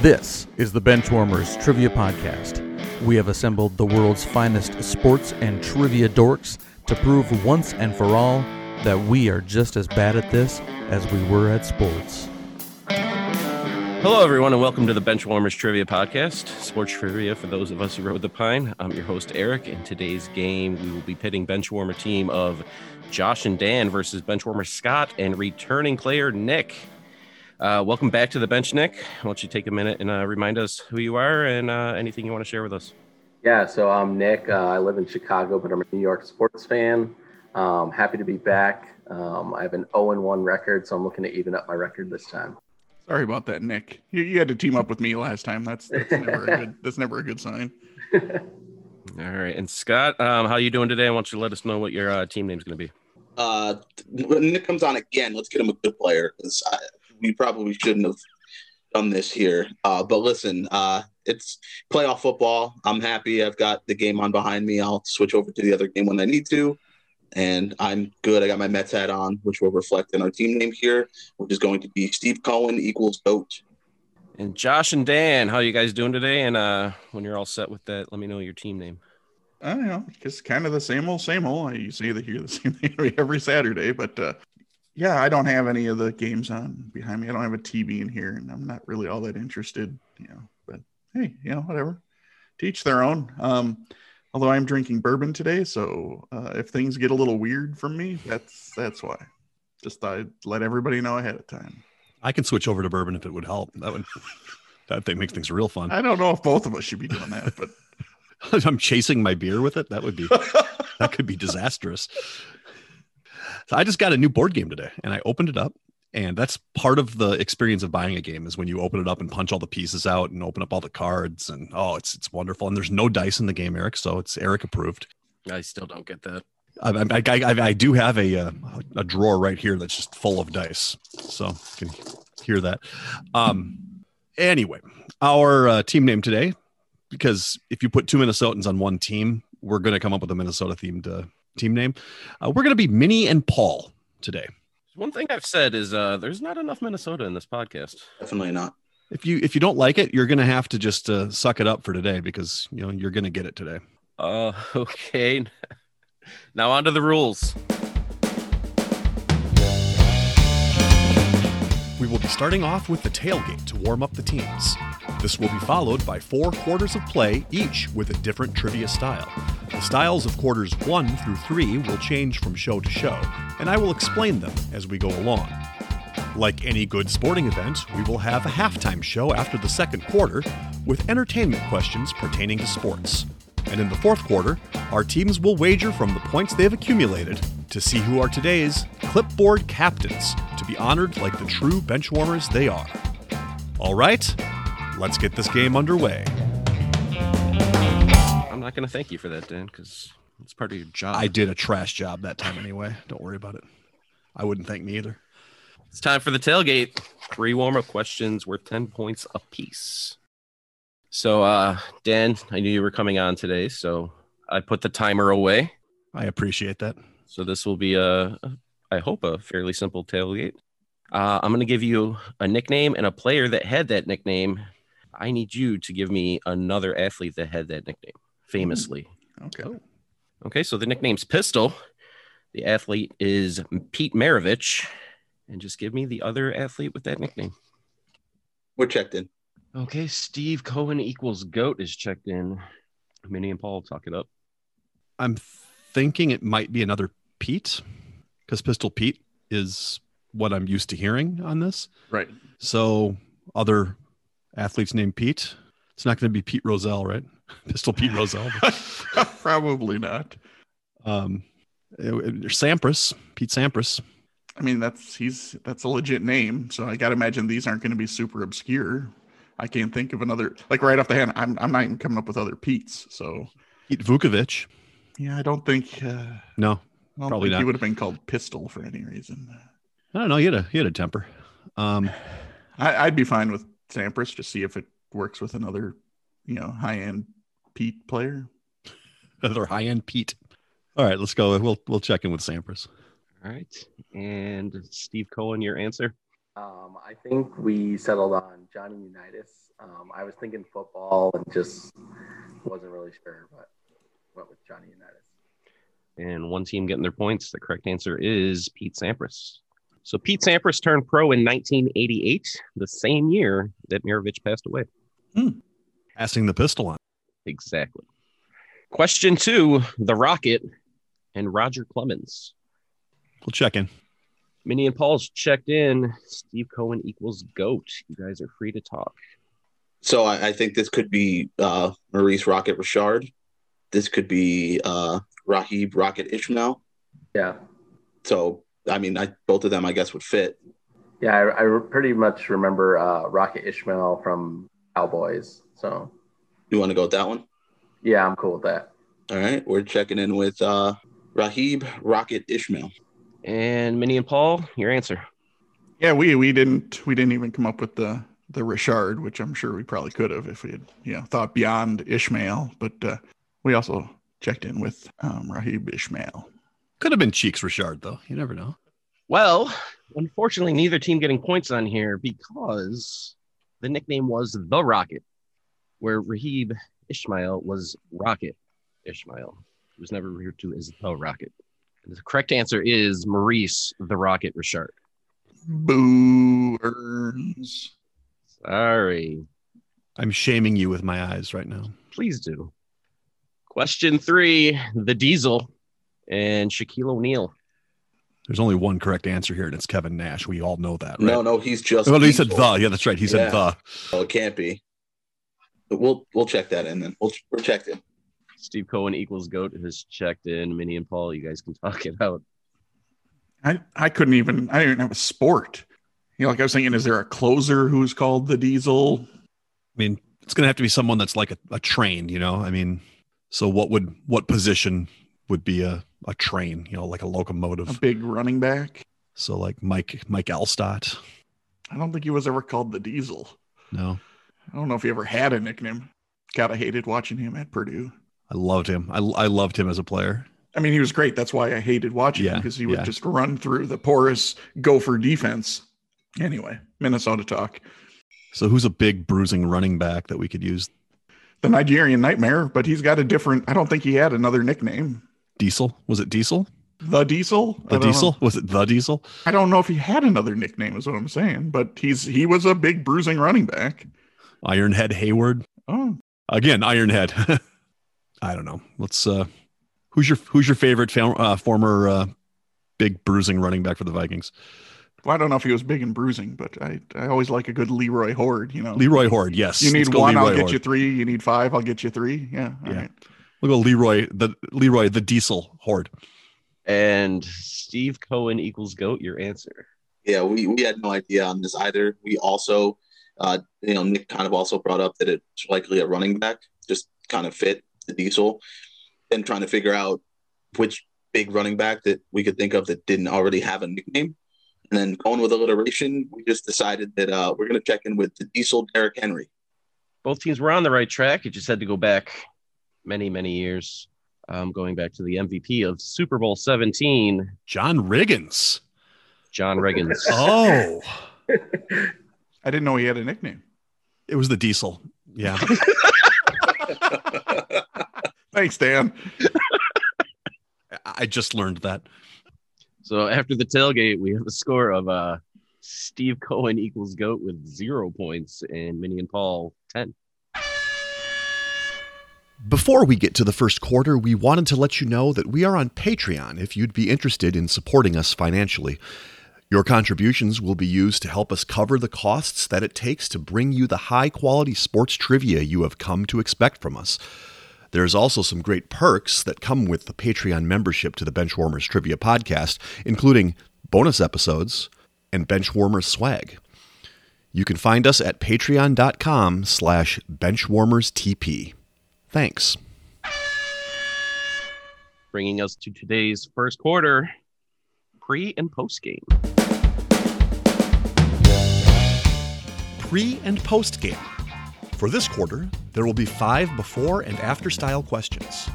This is the Benchwarmers Trivia Podcast. We have assembled the world's finest sports and trivia dorks to prove once and for all that we are just as bad at this as we were at sports. Hello, everyone, and welcome to the Benchwarmers Trivia Podcast, sports trivia for those of us who rode the pine. I'm your host, Eric. In today's game, we will be pitting Benchwarmer team of Josh and Dan versus Benchwarmer Scott and returning player Nick. Uh, welcome back to the bench, Nick. Why don't you take a minute and uh, remind us who you are and uh, anything you want to share with us? Yeah, so I'm Nick. Uh, I live in Chicago, but I'm a New York sports fan. Um, happy to be back. Um, I have an 0 1 record, so I'm looking to even up my record this time. Sorry about that, Nick. You, you had to team up with me last time. That's that's never a good that's never a good sign. All right, and Scott, um, how you doing today? I want you to let us know what your uh, team name's going to be. Uh, when Nick comes on again, let's get him a good player 'cause I, we probably shouldn't have done this here. Uh, but listen, uh, it's playoff football. I'm happy. I've got the game on behind me. I'll switch over to the other game when I need to. And I'm good. I got my Mets hat on, which will reflect in our team name here, which is going to be Steve Cohen equals GOAT. And Josh and Dan, how you guys doing today? And uh, when you're all set with that, let me know your team name. I don't know, just kind of the same old, same old. You see the hear the same thing every, every Saturday, but uh, yeah, I don't have any of the games on behind me. I don't have a TV in here, and I'm not really all that interested, you know. But hey, you know, whatever. Teach their own. Um, although I'm drinking bourbon today, so uh, if things get a little weird from me, that's that's why. Just thought I'd let everybody know ahead of time. I can switch over to bourbon if it would help. That would that thing makes things real fun. I don't know if both of us should be doing that, but I'm chasing my beer with it. That would be that could be disastrous. So I just got a new board game today and I opened it up. And that's part of the experience of buying a game is when you open it up and punch all the pieces out and open up all the cards and oh it's it's wonderful. And there's no dice in the game, Eric, so it's Eric approved. I still don't get that. I, I, I, I- I do have a uh, a drawer right here that's just full of dice, so you can hear that. Um, anyway, our uh, team name today, because if you put two Minnesotans on one team, we're going to come up with a Minnesota themed uh, team name. Uh, we're going to be Minnie and Paul today. One thing I've said is uh, there's not enough Minnesota in this podcast. Definitely not. If you if you don't like it, you're going to have to just uh, suck it up for today because you know you're going to get it today. Uh, okay. Now on to the rules. We will be starting off with the tailgate to warm up the teams. This will be followed by four quarters of play, each with a different trivia style. The styles of quarters one through three will change from show to show, and I will explain them as we go along. Like any good sporting event, we will have a halftime show after the second quarter with entertainment questions pertaining to sports. And in the fourth quarter, our teams will wager from the points they've accumulated to see who are today's clipboard captains to be honored like the true benchwarmers they are. All right, let's get this game underway. I'm not going to thank you for that, Dan, because it's part of your job. I did a trash job that time anyway. Don't worry about it. I wouldn't thank me either. It's time for the tailgate. Three warm up questions worth 10 points apiece. So, uh, Dan, I knew you were coming on today, so I put the timer away. I appreciate that. So, this will be a, a- I hope, a fairly simple tailgate. Uh, I'm going to give you a nickname and a player that had that nickname. I need you to give me another athlete that had that nickname famously. okay. Oh. Okay, so the nickname's Pistol. The athlete is Pete Maravich. And just give me the other athlete with that nickname. We're checked in. Okay, Steve Cohen equals GOAT is checked in. Minnie and Paul talk it up. I'm thinking it might be another Pete because Pistol Pete is what I'm used to hearing on this. Right. So other athletes named Pete. It's not going to be Pete Roselle, right? Pistol Pete Roselle. Probably not. um, it- it- Sampras, Pete Sampras. I mean, that's he's that's a legit name, so I gotta imagine these aren't going to be super obscure. I can't think of another like right off the hand. I'm I'm not even coming up with other Pete's. So Pete Vukovich. yeah, I don't think uh, I No, don't Probably think not. he would have been called Pistol for any reason. I don't know. He had a he had a temper. Um, I, I'd be fine with Sampras to see if it works with another, you know, high end Pete player. another high end Pete. All right, let's go. We'll we'll check in with Sampras. All right. And Steve Cohen, your answer. Um, I think we settled on Johnny Unitas. Um, I was thinking football and just wasn't really sure, but went with Johnny Unitas. and one team getting their points. The correct answer is Pete Sampras. So Pete Sampras turned pro in 1988, the same year that Mirovich passed away. Passing the pistol on. Exactly. Question two The Rocket and Roger Clemens. We'll check in. Minnie and Paul's checked in. Steve Cohen equals GOAT. You guys are free to talk. So I, I think this could be uh, Maurice Rocket Richard. This could be uh, Rahib Rocket Ishmael. Yeah. So I mean, I both of them, I guess, would fit. Yeah, I, I re- pretty much remember uh, Rocket Ishmael from Cowboys. So, You want to go with that one? yeah, I'm cool with that. All right, we're checking in with uh, Rahib Rocket Ishmael. And Minnie and Paul, your answer. Yeah, we we didn't we didn't even come up with the the Richard, which I'm sure we probably could have if we had you know thought beyond Ishmael. But uh, we also checked in with um, Rahib Ishmael. Could have been Cheeks Richard, though. You never know. Well, unfortunately, neither team getting points on here because the nickname was The Rocket, where Rahib Ishmael was Rocket Ishmael. He was never referred to as The Rocket. And the correct answer is Maurice The Rocket Richard. Boo Burns. Sorry. I'm shaming you with my eyes right now. Please do. Question three The Diesel and Shaquille O'Neal. There's only one correct answer here, and it's Kevin Nash. We all know that, right? No, no, he's just. Well, he said Diesel. the. Yeah, that's right. He said Yeah. the. Oh, it can't be. But we'll we'll check that in then. We'll we're checked in. Steve Cohen equals GOAT has checked in. Minnie and Paul, you guys can talk it out. I I couldn't even I didn't even have a sport. You know, like I was thinking, is there a closer who's called the Diesel? I mean, it's going to have to be someone that's like a, a train, you know? I mean, so what would, what position would be a, a train, you know, like A a locomotive? big running back? So like Mike, Mike Elstott. I don't think he was ever called the Diesel. No, I don't know if he ever had a nickname. God, I hated watching him at Purdue. I loved him. I, I loved him as a player. I mean, he was great. That's why I hated watching him Yeah, because he would yeah. just run through the porous gopher defense. Anyway, Minnesota talk. So who's a big bruising running back that we could use? The Nigerian nightmare, but he's got a different, I don't think he had another nickname. Diesel? Was it Diesel? The Diesel? I The don't know. Diesel? Was it the Diesel? I don't know if he had another nickname, is what I'm saying, but he's he was a big bruising running back. Ironhead Hayward? Oh, Again, Ironhead. I don't know. Let's, uh, who's your, who's your favorite fam- uh, former, uh, big bruising running back for the Vikings? well, I don't know if he was big in bruising, but I, I always like a good Leroy Horde, you know. Leroy Horde. Yes. you Let's need go one, I'll Leroy get Horde. you three. You need five, I'll get you three. Yeah. all Yeah. right. We'll go Leroy, the Leroy, the Diesel horde. And Steve Cohen equals GOAT, your answer. Yeah, we, we had no idea on this either. We also, uh, you know, Nick kind of also brought up that it's likely a running back, just kind of fit the diesel, and trying to figure out which big running back that we could think of that didn't already have a nickname. And then going with alliteration, we just decided that uh, we're going to check in with the diesel Derrick Henry. both teams were on the right track. It just had to go back many, many years, um, going back to the MVP of Super Bowl 17, John Riggins. John Riggins. Oh, I didn't know he had a nickname. it was the Diesel. Yeah. Thanks, Dan. I- I just learned that. so after the tailgate, we have a score of uh, Steve Cohen equals GOAT with zero points and Minnie and Paul 10. Before we get to the first quarter, we wanted to let you know that we are on Patreon if you'd be interested in supporting us financially. Your contributions will be used to help us cover the costs that it takes to bring you the high quality sports trivia you have come to expect from us. There's also some great perks that come with the Patreon membership to the Benchwarmers Trivia Podcast, including bonus episodes and Benchwarmers swag. You can find us at patreon.com slash benchwarmerstp. Thanks. Bringing us to today's first quarter pre and post game. Pre and post game. For this quarter, there will be five before and after style questions.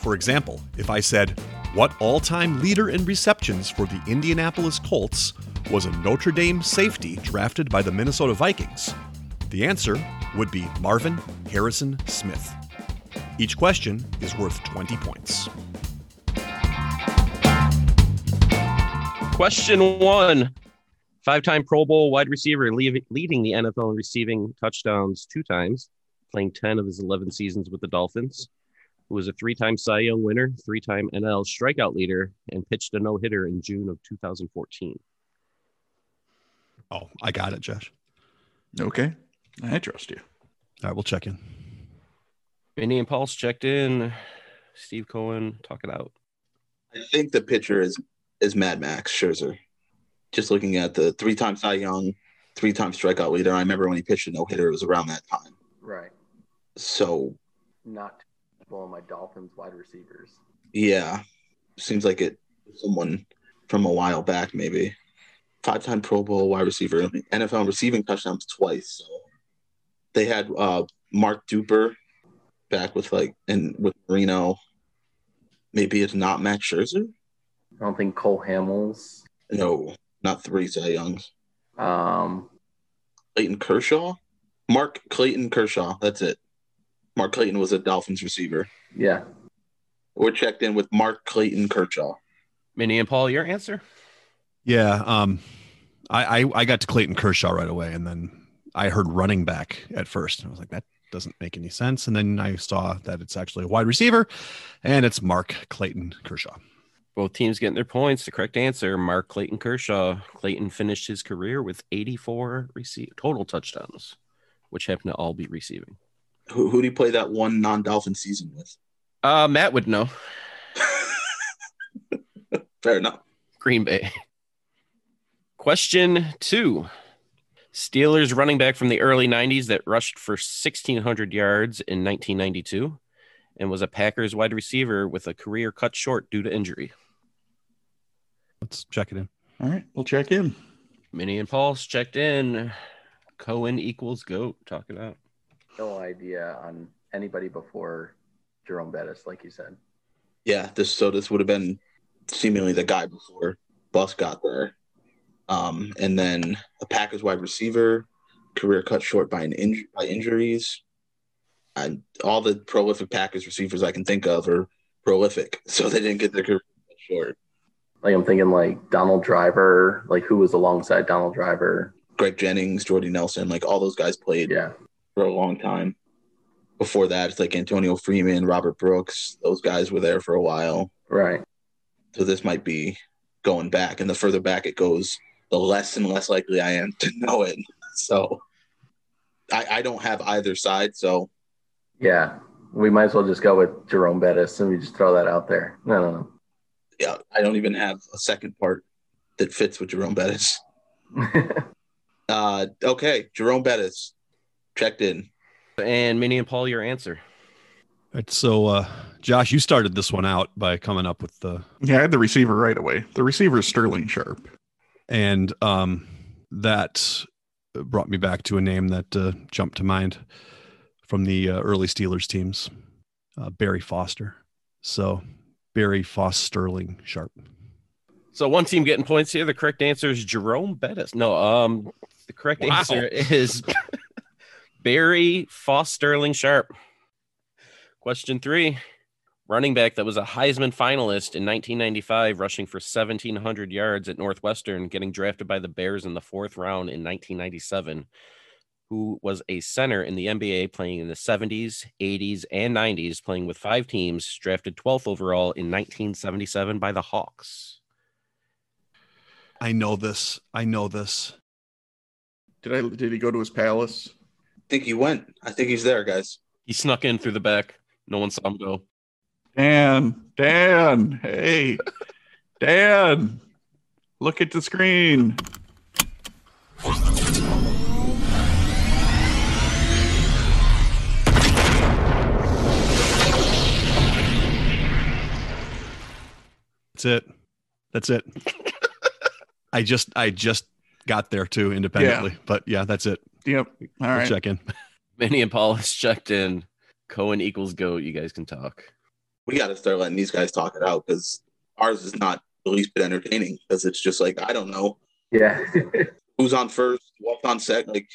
For example, if I said, What all time leader in receptions for the Indianapolis Colts was a Notre Dame safety drafted by the Minnesota Vikings? The answer would be Marvin Harrison Smith. Each question is worth 20 points. Question one Five time Pro Bowl wide receiver leav- leading the NFL in receiving touchdowns two times, playing 10 of his 11 seasons with the Dolphins, who was a three time Cy Young winner, three time NL strikeout leader, and pitched a no hitter in June of 2014. Oh, I got it, Josh. Okay. I trust you. All right, we'll check in. Vinny and Pulse checked in. Steve Cohen, talk it out. I think the pitcher is is Mad Max Scherzer. Just looking at the three time Cy Young, three time strikeout leader. I remember when he pitched a no hitter, it was around that time. Right. So Not one of my Dolphins wide receivers. yeah, seems like it someone from a while back maybe. Five time Pro Bowl wide receiver, NFL receiving touchdowns twice. So they had uh, Mark Duper back with like and with Reno. Maybe it's not Max Scherzer. I don't think Cole Hamels. No, not three Cy Youngs. Um, Clayton Kershaw, Mark Clayton Kershaw. That's it. Mark Clayton was a Dolphins receiver. yeah. We're checked in with Mark Clayton Kershaw. Minnie and Paul, your answer? Yeah, um, I, I I got to Clayton Kershaw right away, and then I heard running back at first, and I was like, that doesn't make any sense. And then I saw that it's actually a wide receiver, and it's Mark Clayton Kershaw. Both teams getting their points. The correct answer, Mark Clayton Kershaw. Clayton finished his career with 84 rece- total touchdowns, which happened to all be receiving. Who who do you play that one non-Dolphin season with? Uh, Matt would know. Fair enough. Green Bay. Question two Steelers running back from the early 90s that rushed for 1,600 yards in 1992 and was a Packers wide receiver with a career cut short due to injury. Let's check it in. All right. We'll check in. Minnie and Pauls checked in. Cohen equals GOAT. Talk it out. No idea on anybody before Jerome Bettis, like you said. Yeah, this so this would have been seemingly the guy before Bus got there. Um, and then a Packers wide receiver, career cut short by an inj- by injuries. And all the prolific Packers receivers I can think of are prolific, so they didn't get their career cut short. Like I'm thinking like Donald Driver, like who was alongside Donald Driver. Greg Jennings, Jordy Nelson, like all those guys played Yeah. for a long time. Before that, it's like Antonio Freeman, Robert Brooks. Those guys were there for a while. Right. So this might be going back. And the further back it goes, the less and less likely I am to know it. So I, I don't have either side. So Yeah. We might as well just go with Jerome Bettis and we just throw that out there. No, no, no. yeah, I don't even have a second part that fits with Jerome Bettis. Uh, okay, Jerome Bettis checked in. And Minnie and Paul, your answer. All right, so uh, Josh, you started this one out by coming up with the Yeah, I had the receiver right away. The receiver is Sterling Sharp. and um, that brought me back to a name that uh, jumped to mind from the uh, early Steelers teams, uh, Barry Foster. So Barry Foster Sterling Sharp. So one team getting points here. The correct answer is Jerome Bettis. No, um, the correct Wow. answer is Barry Foss Sterling Sharp. Question three: Running back that was a Heisman finalist in 1995, rushing for 1,700 yards at Northwestern, getting drafted by the Bears in the fourth round in 1997. Who was a center in the NBA, playing in the 70s, 80s, and 90s, playing with five teams, drafted 12th overall in 1977 by the Hawks. I know this. I know this. Did I did he go to his palace? I think he went. I think he's there, guys. He snuck in through the back. No one saw him go. Dan, Dan, hey, Dan, look at the screen. That's it. That's it. I just I just got there too independently, but yeah, that's it. Yep. All We'll right. check in. Minnie and Paul has checked in. Cohen equals go. You guys can talk. we got to start letting these guys talk it out because ours is not the least bit entertaining because it's just like I don't know Yeah. Who's on first? What's on second? Like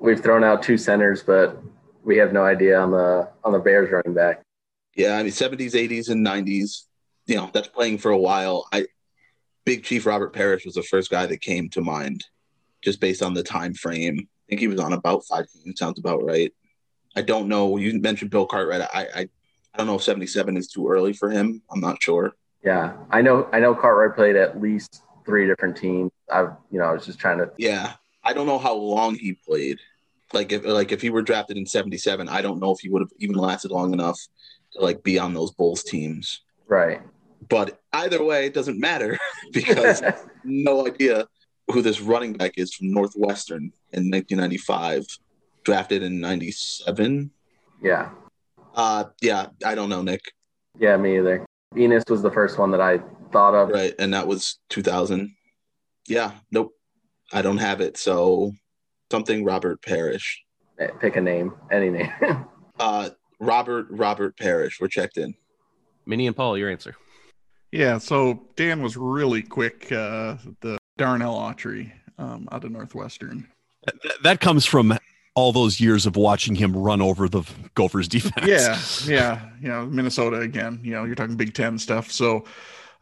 We've thrown out two centers, but we have no idea on the on the Bears running back. Yeah, I mean seventies, eighties, and nineties. You know, that's playing for a while. I Big Chief Robert Parrish was the first guy that came to mind, just based on the time frame. I think he was on about five teams. Sounds about right. I don't know. You mentioned Bill Cartwright. I I, I don't know if seventy seven is too early for him. I'm not sure. Yeah, I know. I know Cartwright played at least three different teams. I, you know, I was just trying to. Yeah, I don't know how long he played. Like if like if he were drafted in seventy seven, I don't know if he would have even lasted long enough to like be on those Bulls teams. Right. But either way, it doesn't matter because no idea who this running back is from Northwestern in 1995, drafted in 97. Yeah. Uh, yeah, I don't know, Nick. Yeah, me either. Enos was the first one that I thought of. Right. And that was 2000. Yeah, nope. I don't have it. So something Robert Parrish. Pick a name, any name. Uh, Robert, Robert Parrish. We're checked in. Minnie and Paul, your answer. Yeah, so Dan was really quick. Uh, the Darnell Autry um, out of Northwestern. Th- that comes from all those years of watching him run over the Gophers defense. Yeah, yeah, you know Minnesota again. You know you're talking Big Ten stuff. So,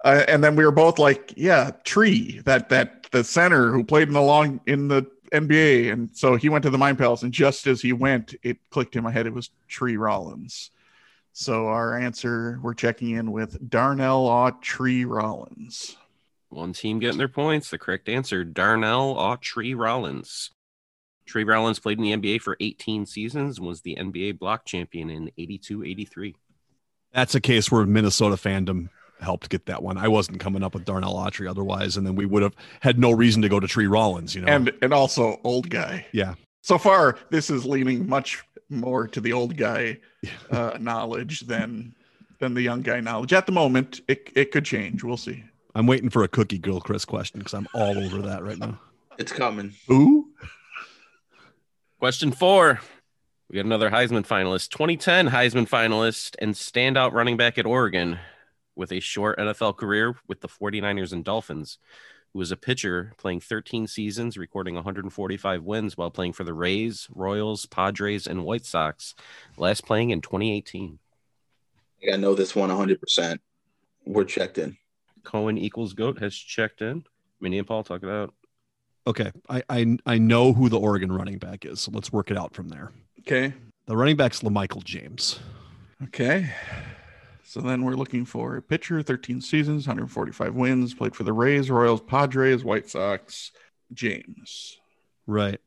uh, and then we were both like, yeah, Tree that that the center who played in the long in the NBA, and so he went to the Mind Palace, and just as he went, it clicked in my head. It was Tree Rollins. So our answer we're checking in with Darnell Autry Rollins. One team getting their points. The correct answer Darnell Autry Rollins. Trey Rollins played in the NBA for 18 seasons and was the NBA block champion in 82 83. That's a case where Minnesota fandom helped get that one. I wasn't coming up with Darnell Autry otherwise, and then we would have had no reason to go to Tree Rollins, you know. And and also old guy. yeah, So far, this is leaning much more to the old guy uh, knowledge than than the young guy knowledge. At the moment, it it could change. We'll see. I'm waiting for a Cookie Gilchrist question because I'm all over that right now. It's coming. Ooh, Question four. We got another Heisman finalist, 2010 Heisman finalist, and standout running back at Oregon with a short NFL career with the 49ers and Dolphins, who was a pitcher playing 13 seasons, recording 145 wins while playing for the Rays, Royals, Padres, and White Sox, last playing in 2018. I know this one 100%. We're checked in. Cohen equals GOAT has checked in. Minnie and Paul talk about Okay, I, I I know who the Oregon running back is. So let's work it out from there. okay, The running back's Lamichael James. okay. So then we're looking for a pitcher, 13 seasons, 145 wins, played for the Rays, Royals, Padres, White Sox, James. Right.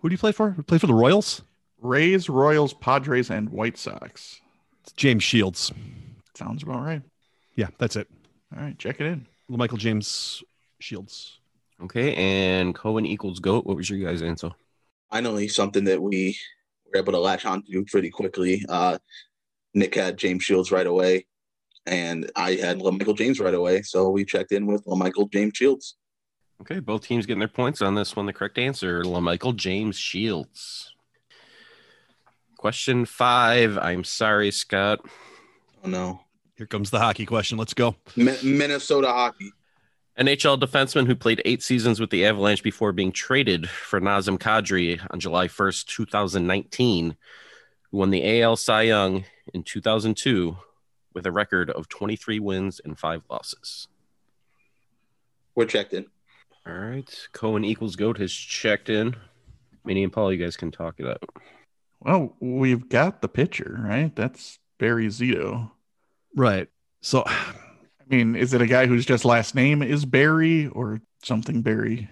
Who do you play for? Play for the Royals? Rays, Royals, Padres, and White Sox. It's James Shields. Sounds about right. Yeah, that's it. All right, check it in. Lamichael James Shields. Okay, and Cohen equals GOAT. What was your guys' answer? Finally, something that we were able to latch onto pretty quickly. Uh, Nick had James Shields right away, and I had Michael James right away. So we checked in with Michael James Shields. Okay, both teams getting their points on this one. The correct answer, Michael James Shields. Question five. I'm sorry, Scott. Oh, no. Here comes the hockey question. Let's go. Mi- Minnesota hockey. NHL defenseman who played eight seasons with the Avalanche before being traded for Nazem Kadri on July 1st, 2019, who won the AL Cy Young in 2002 with a record of 23 wins and five losses. We're checked in. All right, Cohen equals GOAT has checked in. Minnie and Paul, you guys can talk it out. Well, we've got the pitcher, right? That's Barry Zito. Right. So I mean, is it a guy whose just last name is Barry or something Barry?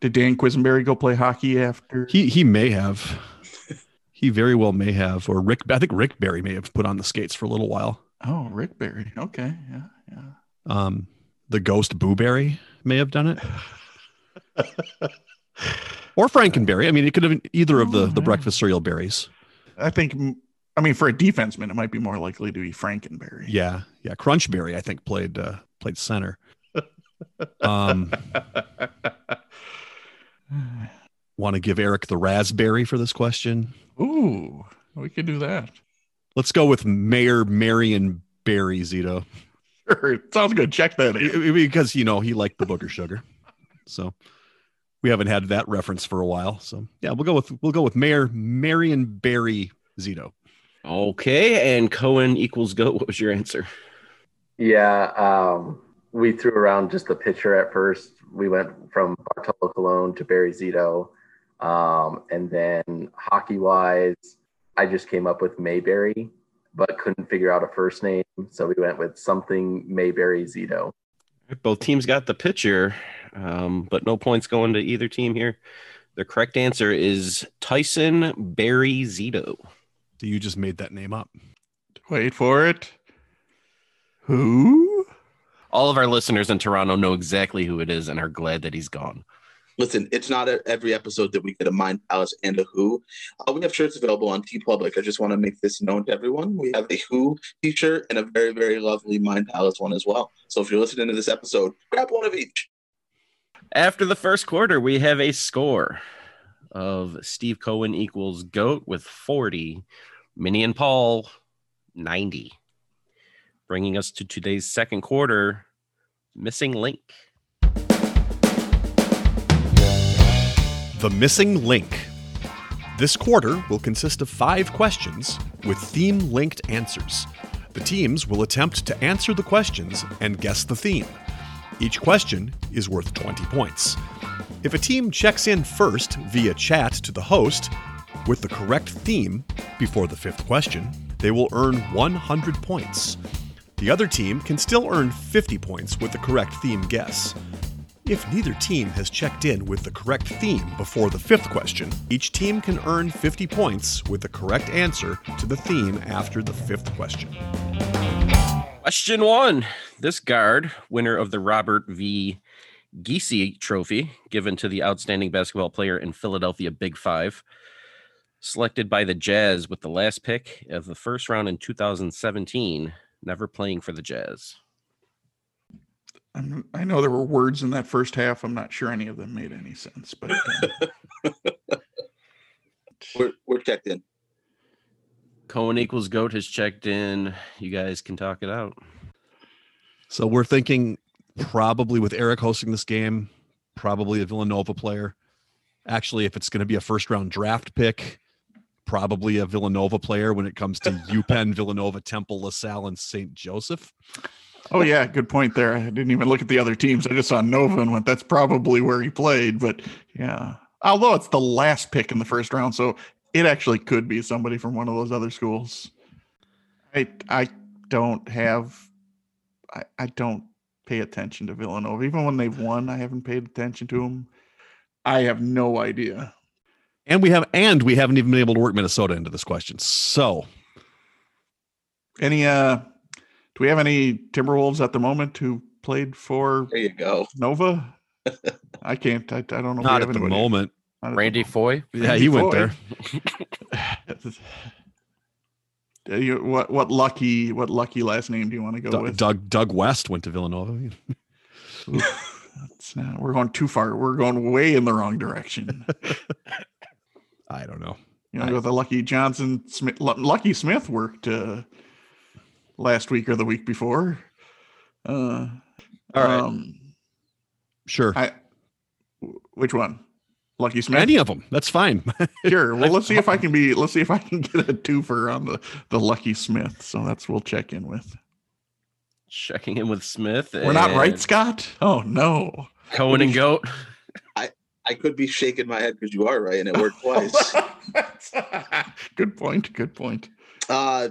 Did Dan Quisenberry go play hockey after? he he may have. He very well may have, or Rick. I think Rick Barry may have put on the skates for a little while. oh, Rick Barry. Okay, yeah, yeah. Um, the ghost Boo Berry may have done it, or Frankenberry. I mean, it could have been either of the Oh, the yeah. breakfast cereal berries. I think. I mean, for a defenseman, it might be more likely to be Frankenberry. Yeah, yeah. Crunchberry, I think played uh, played center. Um, want to give Eric the raspberry for this question? Ooh, we could do that. Let's go with Mayor Marion Barry Zito Sure, sounds good. Check that. in. because you know he liked the booger sugar. So we haven't had that reference for a while. So yeah, we'll go with we'll go with Mayor Marion Barry Zito. Okay, and Cohen equals goat. What was your answer? Yeah, um, we threw around just the pitcher at first. We went from Bartolo Colon to Barry Zito. Um, and then hockey wise, I just came up with Mayberry, but couldn't figure out a first name. So we went with something Mayberry Zito. Both teams got the pitcher, um, but no points going to either team here. The correct answer is Tyson Barry Zito. So you just made that name up. Wait for it. Who? All of our listeners in Toronto know exactly who it is and are glad that he's gone. Listen, it's not a, every episode that we get a Mind Palace and a Who. Uh, we have shirts available on T Public. I just want to make this known to everyone. We have a Who t shirt and a very, very lovely Mind Palace one as well. So if you're listening to this episode, grab one of each. After the first quarter, we have a score of Steve Cohen equals GOAT with 40, Minnie and Paul 90. Bringing us to today's second quarter, Missing Link. The Missing Link. This quarter will consist of five questions with theme linked answers. The teams will attempt to answer the questions and guess the theme. Each question is worth 20 points. If a team checks in first via chat to the host with the correct theme before the fifth question, they will earn 100 points. The other team can still earn 50 points with the correct theme guess. If neither team has checked in with the correct theme before the fifth question, each team can earn 50 points with the correct answer to the theme after the fifth question. Question one This guard, winner of the Robert V. Giese Trophy, given to the outstanding basketball player in Philadelphia Big Five, selected by the Jazz with the last pick of the first round in 2017, never playing for the Jazz. I'm, I know there were words in that first half. I'm not sure any of them made any sense, but um, We're, we're checked in. Cohen equals GOAT has checked in. You guys can talk it out. So we're thinking probably with Eric hosting this game, probably a Villanova player. Actually, if it's going to be a first round draft pick, probably a Villanova player when it comes to UPenn, Villanova, Temple, LaSalle, and St. Joseph. oh yeah, good point there. I didn't even look at the other teams. I just saw Nova and went, that's probably where he played. But yeah, although it's the last pick in the first round, so it actually could be somebody from one of those other schools. I I don't have, I I don't pay attention to Villanova. Even when they've won, I haven't paid attention to them. I have no idea. And we have and we haven't even been able to work Minnesota into this question. So Any uh do we have any Timberwolves at the moment who played for There you go. Nova? I can't I, I don't know. if we not have at the anybody. moment. Not at the Randy Foy. Yeah, he went Foy. there. Uh, you- what what lucky what lucky last name do you want to go Doug, with? Doug Doug West went to Villanova. Oof, that's not, uh, we're going too far. We're going way in the wrong direction. I don't know. You know, the lucky Johnson Smith, Lu- Lucky Smith worked uh, last week or the week before. Uh, All right. um, Sure. I w- which one? Lucky Smith. Any of them. That's fine. Sure. Well, let's see if I can be. Let's see if I can get a twofer on the the Lucky Smith. So that's we'll check in with. Checking in with Smith. We're not right, and Scott. Oh no. Cohen and GOAT. I could be shaking my head because you are right, and it worked twice. good point. Good point. uh,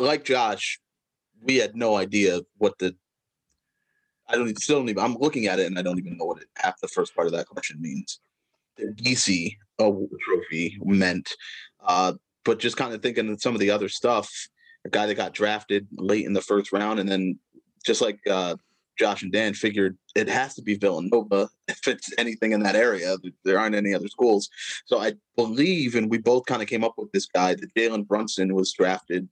like Josh, we had no idea what the. I don't e, still don't even. I'm looking at it and I don't even know what it, half the first part of that question means. The Giese Award trophy meant, uh, but just kind of thinking of some of the other stuff. A guy that got drafted late in the first round, and then just like uh, Josh and Dan figured, it has to be Villanova if it's anything in that area. There aren't any other schools. So I believe, and we both kind of came up with this guy that Jalen Brunson was drafted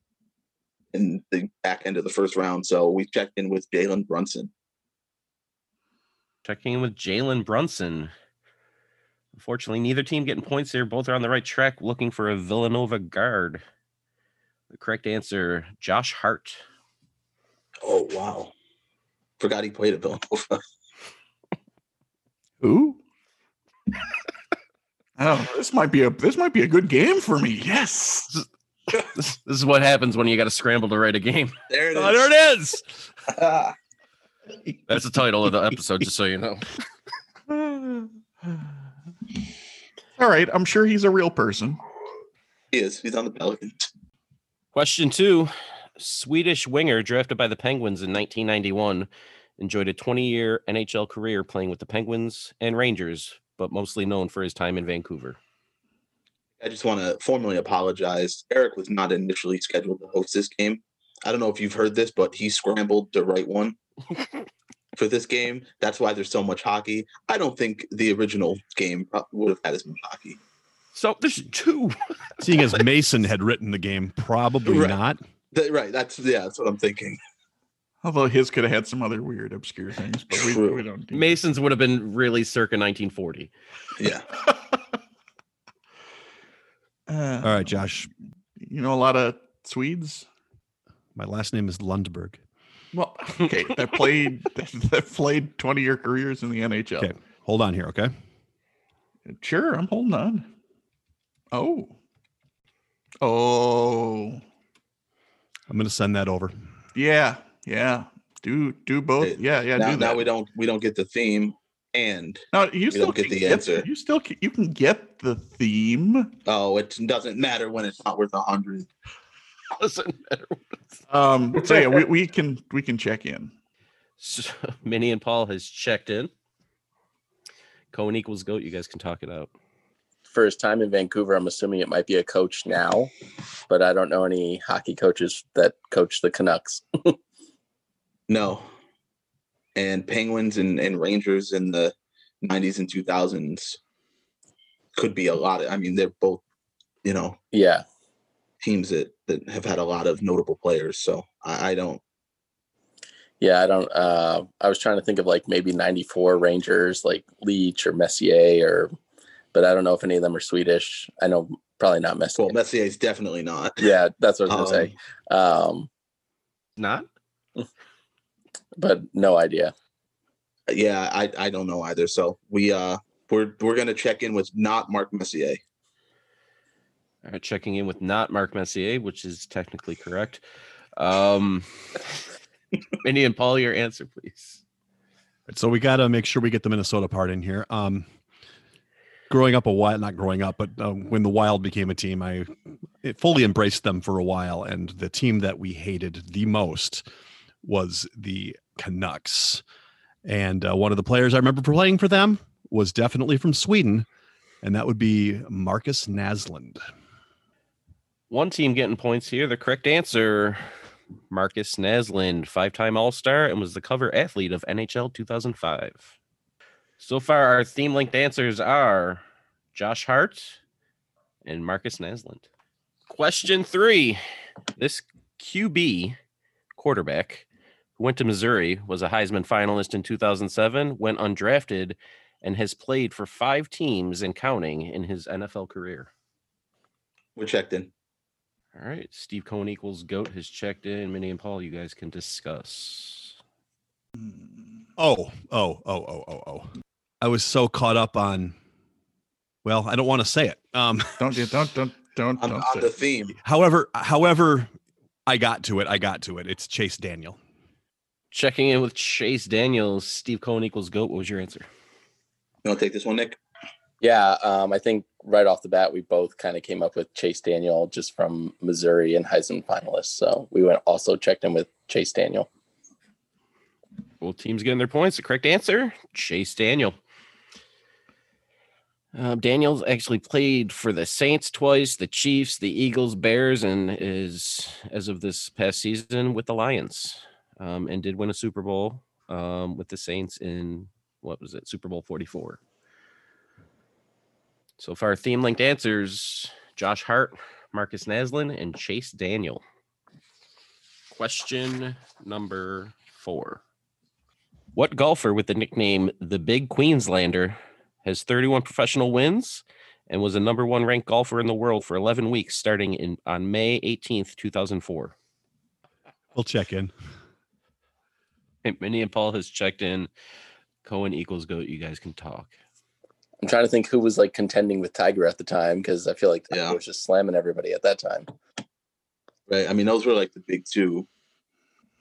in the back end of the first round. So we checked in with Jalen Brunson. Checking in with Jalen Brunson. Unfortunately, neither team getting points here. Both are on the right track looking for a Villanova guard. The correct answer, Josh Hart. Oh wow! Forgot he played at Villanova. Who? oh, this might be a this might be a good game for me. Yes. This, this is what happens when you got to scramble to write a game. There it is. Oh, there it is. Ah, That's the title of the episode, just so you know. All right, I'm sure he's a real person. he is. He's on the Pelicans. Question two Swedish winger drafted by the Penguins in 1991 enjoyed a 20 year NHL career playing with the Penguins and Rangers, but mostly known for his time in Vancouver. I just want to formally apologize. Eric was not initially scheduled to host this game. I don't know if you've heard this, but he scrambled to write one for this game. That's why there's so much hockey. I don't think the original game prob- would have had as much hockey. So there's two. Seeing as Mason had written the game, probably Right. not. That- right. That's yeah. That's what I'm thinking. Although his could have had some other weird, obscure things, but we, True. we don't. do- Mason's would have been really circa 1940. Yeah. Uh, All right, Josh. You know a lot of Swedes. My last name is Lundberg. Well, okay, that played that, that played 20 year careers in the NHL. Okay, hold on here. Okay, Sure, I'm holding on. Oh. Oh. I'm going to send that over. Yeah. Yeah. Do do both. Hey, yeah, yeah, now, do now that. we don't we don't get the theme and No, you still don't get can the answer. You still can, you can get the theme. oh it doesn't matter when it's not worth a hundred. Doesn't matter. Um so yeah, we, we can we can check in. So, Minnie and Paul has checked in. Cohen equals goat. You guys can talk it out. for his time in Vancouver, I'm assuming it might be a coach now, but I don't know any hockey coaches that coach the Canucks. No. And Penguins and, and Rangers in the nineties and two thousands could be a lot of I mean, they're both, you know, Yeah, teams that, that have had a lot of notable players. So I, I don't yeah. I don't. Uh, I was trying to think of like maybe '94 Rangers, like Leach or Messier, or but I don't know if any of them are Swedish. I know probably not Messier. well Messier's definitely not. yeah, that's what I was gonna Um, say. Um, Not? but no idea. yeah, I, I don't know either. So we uh we're we're gonna check in with not Mark Messier. All right, checking in with not Mark Messier, which is technically correct. Um, Minnie and Paul, your answer, please. Right, So we got to make sure we get the Minnesota part in here. Um, growing up a while, not growing up, but um, when the Wild became a team, I it fully embraced them for a while. And the team that we hated the most was the Canucks. And uh, one of the players I remember playing for them was definitely from Sweden, and that would be Marcus Naslund. One team getting points here. The correct answer Marcus Naslund, five time All Star and was the cover athlete of NHL 2005. So far, our theme linked answers are Josh Hart and Marcus Naslund. Question three This QB quarterback who went to Missouri was a Heisman finalist in 2007, went undrafted, and has played for five teams and counting in his NFL career. We're checked in. All right, Steve Cohen equals goat has checked in. Minnie and Paul, you guys can discuss. Oh, oh, oh, oh, oh, oh! I was so caught up on. Well, I don't want to say it. Um, Don't yeah, don't don't don't I'm don't on say- the theme. However, however, I got to it. I got to it. It's Chase Daniel. Checking in with Chase Daniels. Steve Cohen equals goat. What was your answer? You want to take this one, Nick? Yeah, um, I think right off the bat we both kind of came up with Chase Daniel just from Missouri and Heisman finalist. So we went also checked in with Chase Daniel. Both teams getting their points. The correct answer, Chase Daniel. Um, Daniels actually played for the Saints twice, the Chiefs, the Eagles, Bears, and is, as of this past season, with the Lions um, and did win a Super Bowl um, with the Saints in, what was it, Super Bowl 44. So far, theme linked answers Josh Hart, Marcus Naslin, and Chase Daniel. Question number four. What golfer with the nickname the Big Queenslander has 31 professional wins and was a number one ranked golfer in the world for 11 weeks starting in on May 18th, 2004? We'll check in. And Minnie and Paul has checked in. Cohen equals goat. You guys can talk. I'm trying to think who was like contending with Tiger at the time because I feel like Tiger Yeah. was just slamming everybody at that time. right? I mean, those were like the big two,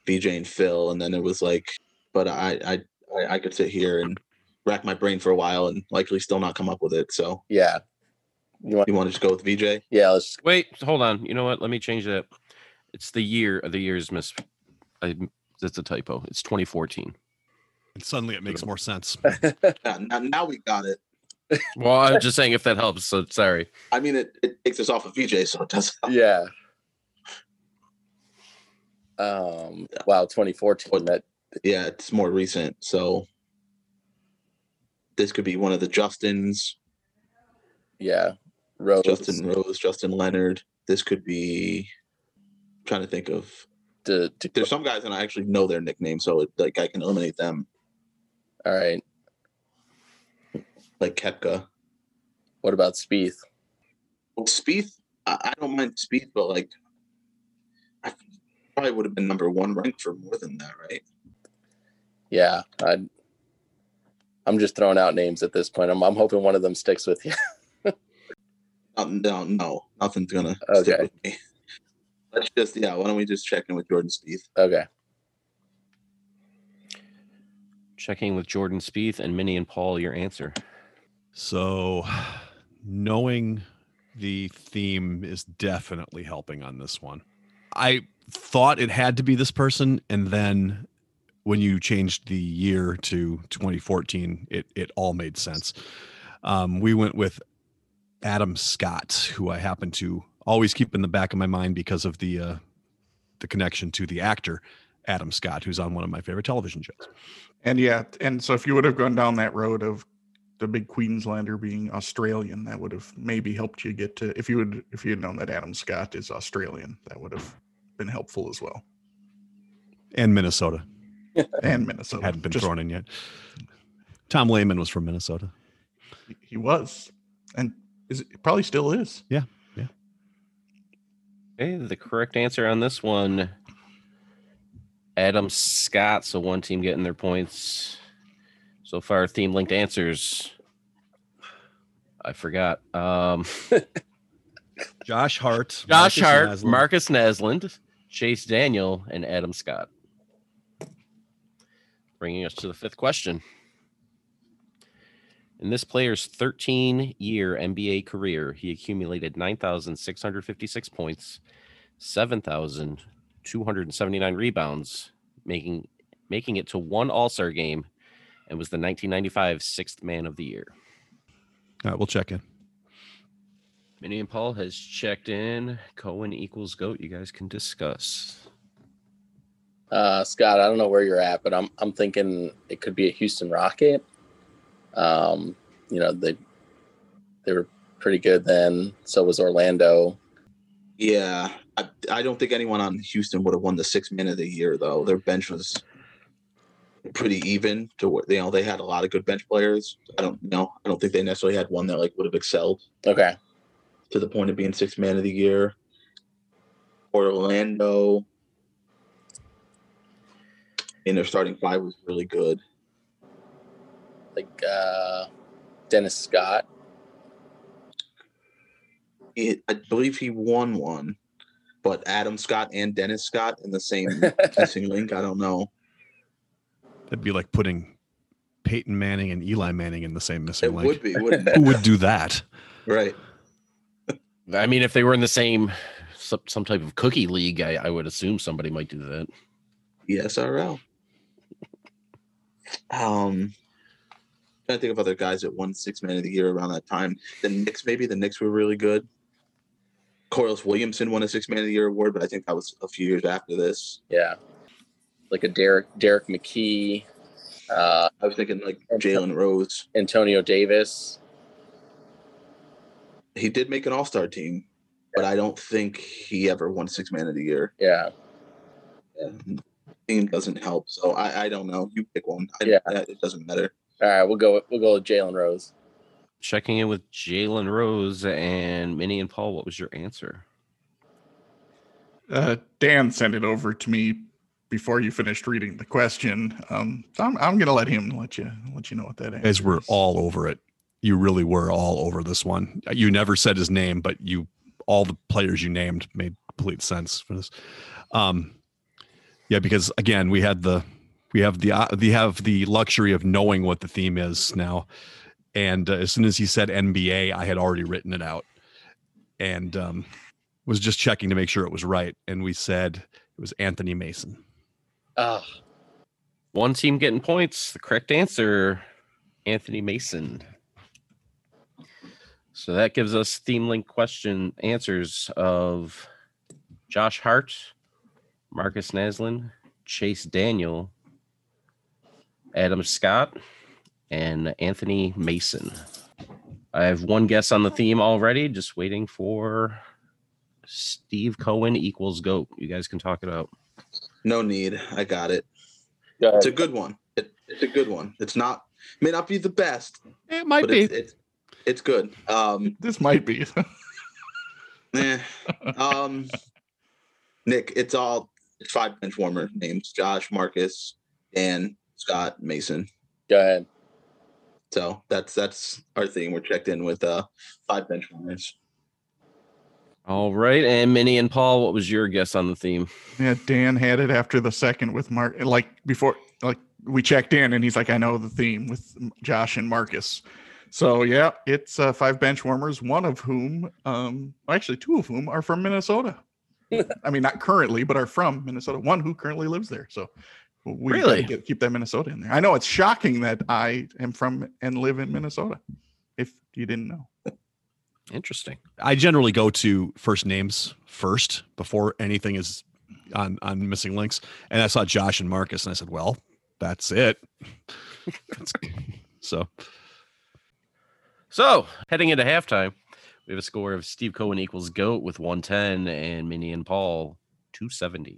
BJ and Phil, and then it was like, but I I I, I could sit here and rack my brain for a while and likely still not come up with it. So Yeah. You want, you want to just go with VJ? yeah, let's just, Wait, hold on. You know what? Let me change that. It's the year. The year is mis. I, that's a typo. It's 2014. And suddenly it makes more sense. Yeah, now, now we got it. Well, I'm just saying if that helps. So sorry. I mean, it, it takes us off of VJ, so it does. help. yeah. Um, wow, 2014. What- That Yeah, it's more recent, so this could be one of the Justins, yeah, Rose Justin Rose, Justin Leonard. This could be. I'm trying to think of. to, to, There's some guys and I actually know their nickname, so it, like I can eliminate them, all right. like Kepka. What about Spieth? Well, Spieth, I, I don't mind Spieth, but like, I probably would have been number one ranked for more than that, right? Yeah, I, I'm just throwing out names at this point. I'm, I'm hoping one of them sticks with you. No, Um, no, no nothing's gonna stick Okay. with me. Let's just, yeah. Why don't we just check in with Jordan Spieth? okay, Checking with Jordan Spieth and Minnie and Paul your answer. So, knowing the theme is definitely helping on this one. I thought it had to be this person, and then when you changed the year to 2014, it it all made sense. Um, we went with Adam Scott, who I happen to always keep in the back of my mind because of the uh, the connection to the actor Adam Scott, who's on one of my favorite television shows. And yeah, and so if you would have gone down that road of the big Queenslander being Australian, that would have maybe helped you get to if you would if you had known that Adam Scott is Australian, that would have been helpful as well. And Minnesota And Minnesota hadn't been Just- thrown in yet. Tom Lehman was from Minnesota. He was, and is probably still is. Okay, the correct answer on this one. Adam Scott. So one team getting their points. So far, theme linked answers. I forgot. Um, Josh Hart. Josh Marcus Hart, Naslund. Marcus Naslund, Chase Daniel, and Adam Scott. Bringing us to the fifth question. In this player's 13 year NBA career, he accumulated 9,656 points, 7,279 rebounds, making making it to one All Star game, and was the 1995 Sixth Man of the Year. All right, we'll check in. Minnie and Paul has checked in. Cohen equals goat. You guys can discuss. uh, Scott, I don't know where you're at, but I'm I'm thinking it could be a Houston Rocket. Um, you know they they were pretty good then. So was Orlando. Yeah, I, I don't think anyone on Houston would have won the six man of the year though. Their bench was pretty even to where you know they had a lot of good bench players. I don't know. I don't think they necessarily had one that like would have excelled. Okay, to the point of being sixth man of the year. Orlando in their starting five was really good. like uh, Dennis Scott. He, I believe he won one, but Adam Scott and Dennis Scott in the same missing link. I don't know. That'd be like putting Peyton Manning and Eli Manning in the same missing It link. would be, wouldn't Who it? would do that? right? I mean, if they were in the same some, some type of cookie league, I, I would assume somebody might do that. ESRL. Um, trying to think of other guys that won six man of the year around that time. The Knicks, maybe the Knicks were really good. Corliss Williamson won a six man of the year award, but I think that was a few years after this. Yeah, like a Derek Derek McKee, uh, I was thinking like Jalen Rose. Antonio Davis. He did make an all star team, but I don't think he ever won six man of the year. Yeah, And team doesn't help. So I, I don't know. You pick one. I, Yeah. I- it doesn't matter. all right, we'll go. We'll go with Jalen Rose. Checking in with Jalen Rose and Minnie and Paul, what was your answer? Uh, Dan sent it over to me before you finished reading the question. Um, so I'm, I'm gonna let him let you let you know what that is. As we're all over it, you really were all over this one. You never said his name, but you all the players you named made complete sense for this. Um, yeah, because again, we had the we have the uh, we have the luxury of knowing what the theme is now, and uh, as soon as he said NBA, I had already written it out, and um, was just checking to make sure it was right, and we said it was Anthony Mason. Ah, One team getting points. The correct answer, Anthony Mason. So that gives us theme link question answers of Josh Hart, Marcus Naslin, Chase Daniel, Adam Scott, and Anthony Mason. I have one guess on the theme already, just waiting for Steve Cohen equals GOAT. You guys can talk it out. No need. I got it. go ahead. It's a good one. It, it's a good one. It's not may not be the best, It might but be. it's it's, it's good. Um, This might be. eh, um, Nick, it's all it's five bench warmer names: Josh, Marcus, Dan, Scott, Mason. Go ahead. So that's that's our thing. We're checked in with uh five bench warmers. All right. And Minnie and Paul, what was your guess on the theme? yeah, Dan had it after the second with Mark. Like before, like we checked in, and he's like, "I know the theme with Josh and Marcus." So yeah, it's uh, five bench warmers, one of whom, um, well, actually two of whom are from Minnesota. I mean, not currently, but are from Minnesota. One who currently lives there. So we gotta Really? get- keep that Minnesota in there. I know it's shocking that I am from and live in Minnesota. If you didn't know, Interesting. I generally go to first names first before anything is on on missing links. And I saw Josh and Marcus, and I said, "Well, that's it." That's- so So heading into halftime, we have a score of Steve Cohen equals GOAT with 110 and Minnie and Paul 270.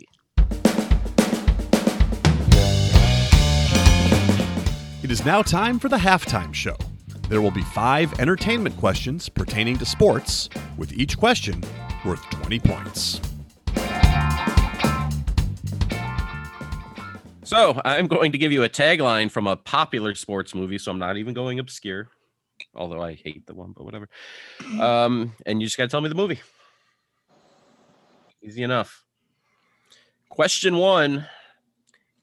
it is now time for the halftime show. There will be five entertainment questions pertaining to sports, with each question worth twenty points. So I'm going to give you a tagline from a popular sports movie. So I'm not even going obscure, although I hate the one, but whatever. Um, and you just got to tell me the movie. Easy enough. Question one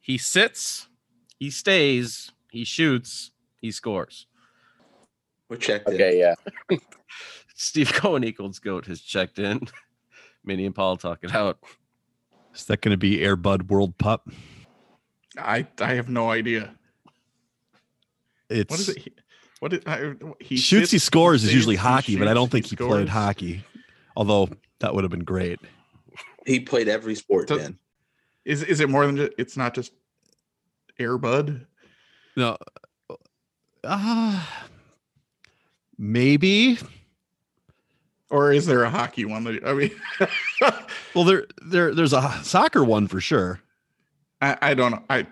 He sits, he stays, he shoots, he scores. We're checked in. Okay, yeah. Steve Cohen equals GOAT has checked in. Minnie and Paul talk it out. Is that going to be Airbud World Pup? I I have no idea. It's What is it? He- What is, I, he shoots, he sits, scores is stays, usually he hockey, but I shoots, don't think he, played scores. hockey. Although that would have been great. He played every sport, Does- Dan. Is is it more than just, it's not just Airbud? No. Uh, maybe. Or is there a hockey one that I mean Well, there, there, there's a soccer one for sure. I, I don't know. I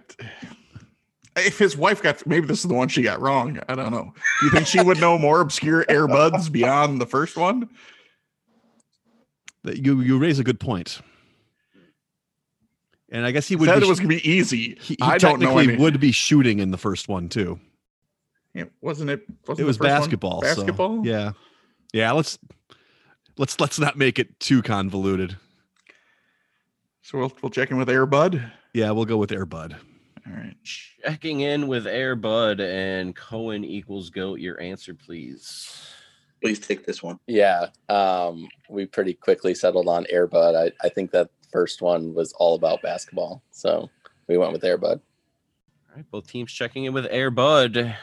if his wife got maybe this is the one she got wrong. I don't know. Do you think she would know more obscure Airbuds beyond the first one? That you, you raise a good point. And I guess he He would. said be it was sh- gonna be easy. he, he I don't know. technically Any, would be shooting in the first one too. Yeah, wasn't it? Wasn't It the was first one basketball. so- Basketball. yeah. Yeah. Let's let's let's not make it too convoluted. So we'll we'll check in with Airbud. Yeah, we'll go with Airbud. All right. Checking in with Air Bud and Cohen equals GOAT. Your answer, please. Please take this one. Yeah. Um, we pretty quickly settled on Airbud. I, I think that first one was all about basketball. So we went with Airbud. All right, both teams checking in with Air Bud.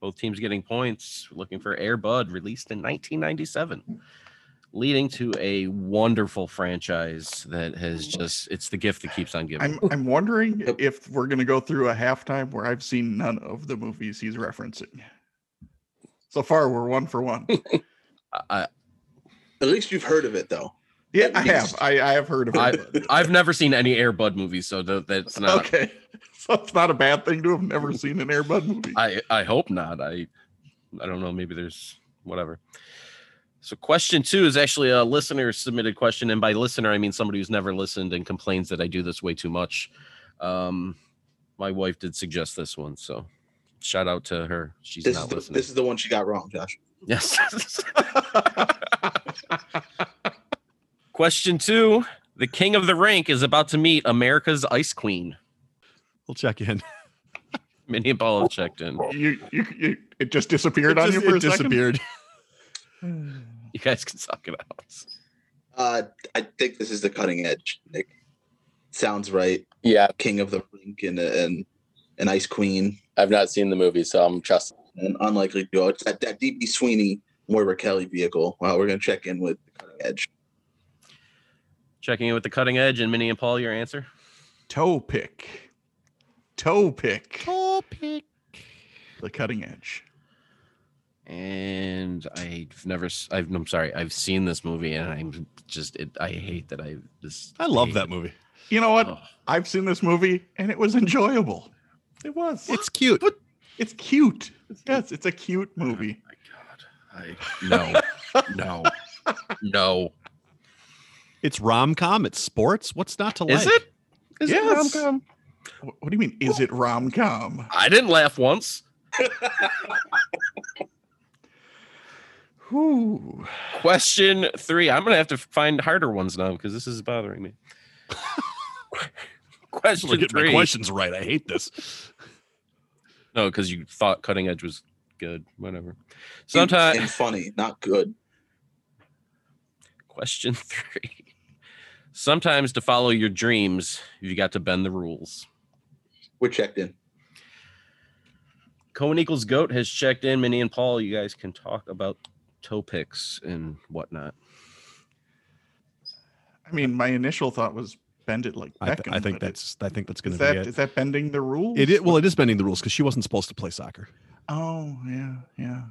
Both teams getting points. Looking for Air Bud, released in 1997, leading to a wonderful franchise that has just—it's the gift that keeps on giving. I'm I'm wondering if we're gonna go through a halftime where I've seen none of the movies he's referencing. So far, we're one for one. I, At least you've heard of it though. Yeah, At I have. least. I, I have heard of I, it. I've never seen any Air Bud movies, so th- that's not. okay, so it's not a bad thing to have never seen an Airbud movie. I I hope not. I I don't know. Maybe there's whatever. So, question two is actually a listener submitted question. And by listener, I mean somebody who's never listened and complains that I do this way too much. Um, my wife did suggest this one. So, shout out to her. She's This is, not the, listening. this is the one she got wrong, Josh. Yes. Question two The king of the rank is about to meet America's ice queen. We'll check in. Minnie and Paul have checked in. You, you, you, it just disappeared It on just- you for it a second. disappeared. You guys can suck it out. Uh, I think this is the cutting edge. Nick. Sounds right. Yeah, King of the Rink and and an Ice Queen I've not seen the movie, so I'm trusting. and unlikely duo. It's that that DB Sweeney Moira Kelly vehicle. Well, we're gonna check in with the cutting edge. Checking in with the cutting edge and Minnie and Paul, your answer? Toe pick. Toe pick. Topic. The cutting edge. And I've never, s- I've, I'm sorry, I've seen this movie and I'm just, it, I hate that I this. I love hate that it. movie. You know what? Oh, I've seen this movie and it was enjoyable. It was. It's cute. It's cute. Yes, it's a cute movie. my God. I, no, no, no. It's rom com. It's sports. What's not to like? Is it? Is it Yes. rom-com? Wh- What do you mean? Is it rom com? I didn't laugh once. Who? Question three. I'm gonna have to find harder ones now because this is bothering me. Better Question Get my three. questions right. I hate this. No, because you thought cutting edge was good. Whatever. Sometimes and funny, not good. question three. Sometimes to follow your dreams, you got to bend the rules. We're checked in. Cohen equals goat has checked in. Minnie and Paul, you guys can talk about toe picks and whatnot. I mean, my initial thought was bend it like Beckham. I, th- I think but it- that's. I think that's going is to be that it. is that bending the rules? It, i- well, it is bending the rules because she wasn't supposed to play soccer, Oh yeah, yeah.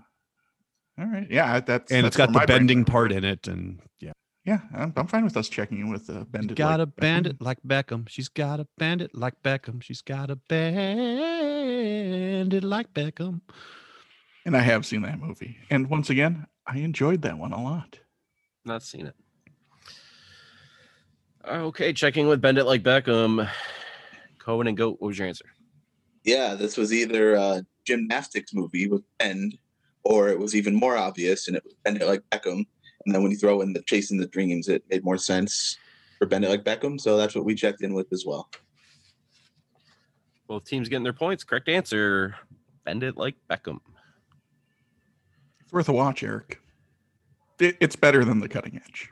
All right. Yeah, that's and that's it's got where the my brain bending went. part in it, and yeah, Yeah, I'm, I'm fine with us checking in with uh, bend it. gotta like bend Beckham. it like Beckham. She's gotta bend it like Beckham. She's gotta bend it like Beckham. And I have seen that movie, and once again, I enjoyed that one a lot. Not seen it. Okay, checking with Bend It Like Beckham. Cohen and Goat, what was your answer? Yeah, this was either a gymnastics movie with Bend, or it was even more obvious and it was Bend It Like Beckham. And then when you throw in the Chasing the Dreams, it made more sense for Bend It Like Beckham. So that's what we checked in with as well. Both teams getting their points. Correct answer. Bend it like Beckham. It's worth a watch, Eric. It, it's better than the cutting edge.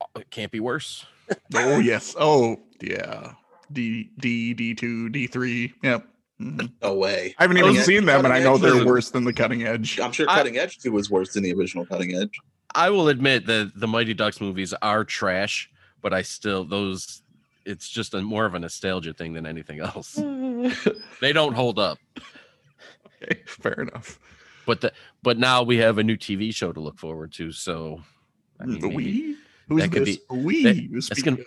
Oh, It can't be worse. Oh yes. Oh yeah. D D D two D three. Yep. Mhm. No way. I Oh, haven't even Cutting seen Edge- them, and I Cutting know Edge they're was- worse than the cutting edge. I'm sure I- Cutting Edge 2 was worse than the original Cutting Edge. I will admit that the Mighty Ducks movies are trash, but I still those. It's just a, more of a nostalgia thing than anything else. they don't hold up. Okay, fair enough. But the but now we have a new TV show to look forward to. So I mean, the maybe- we? Who's that could this? be- we. that- you speak gonna- of?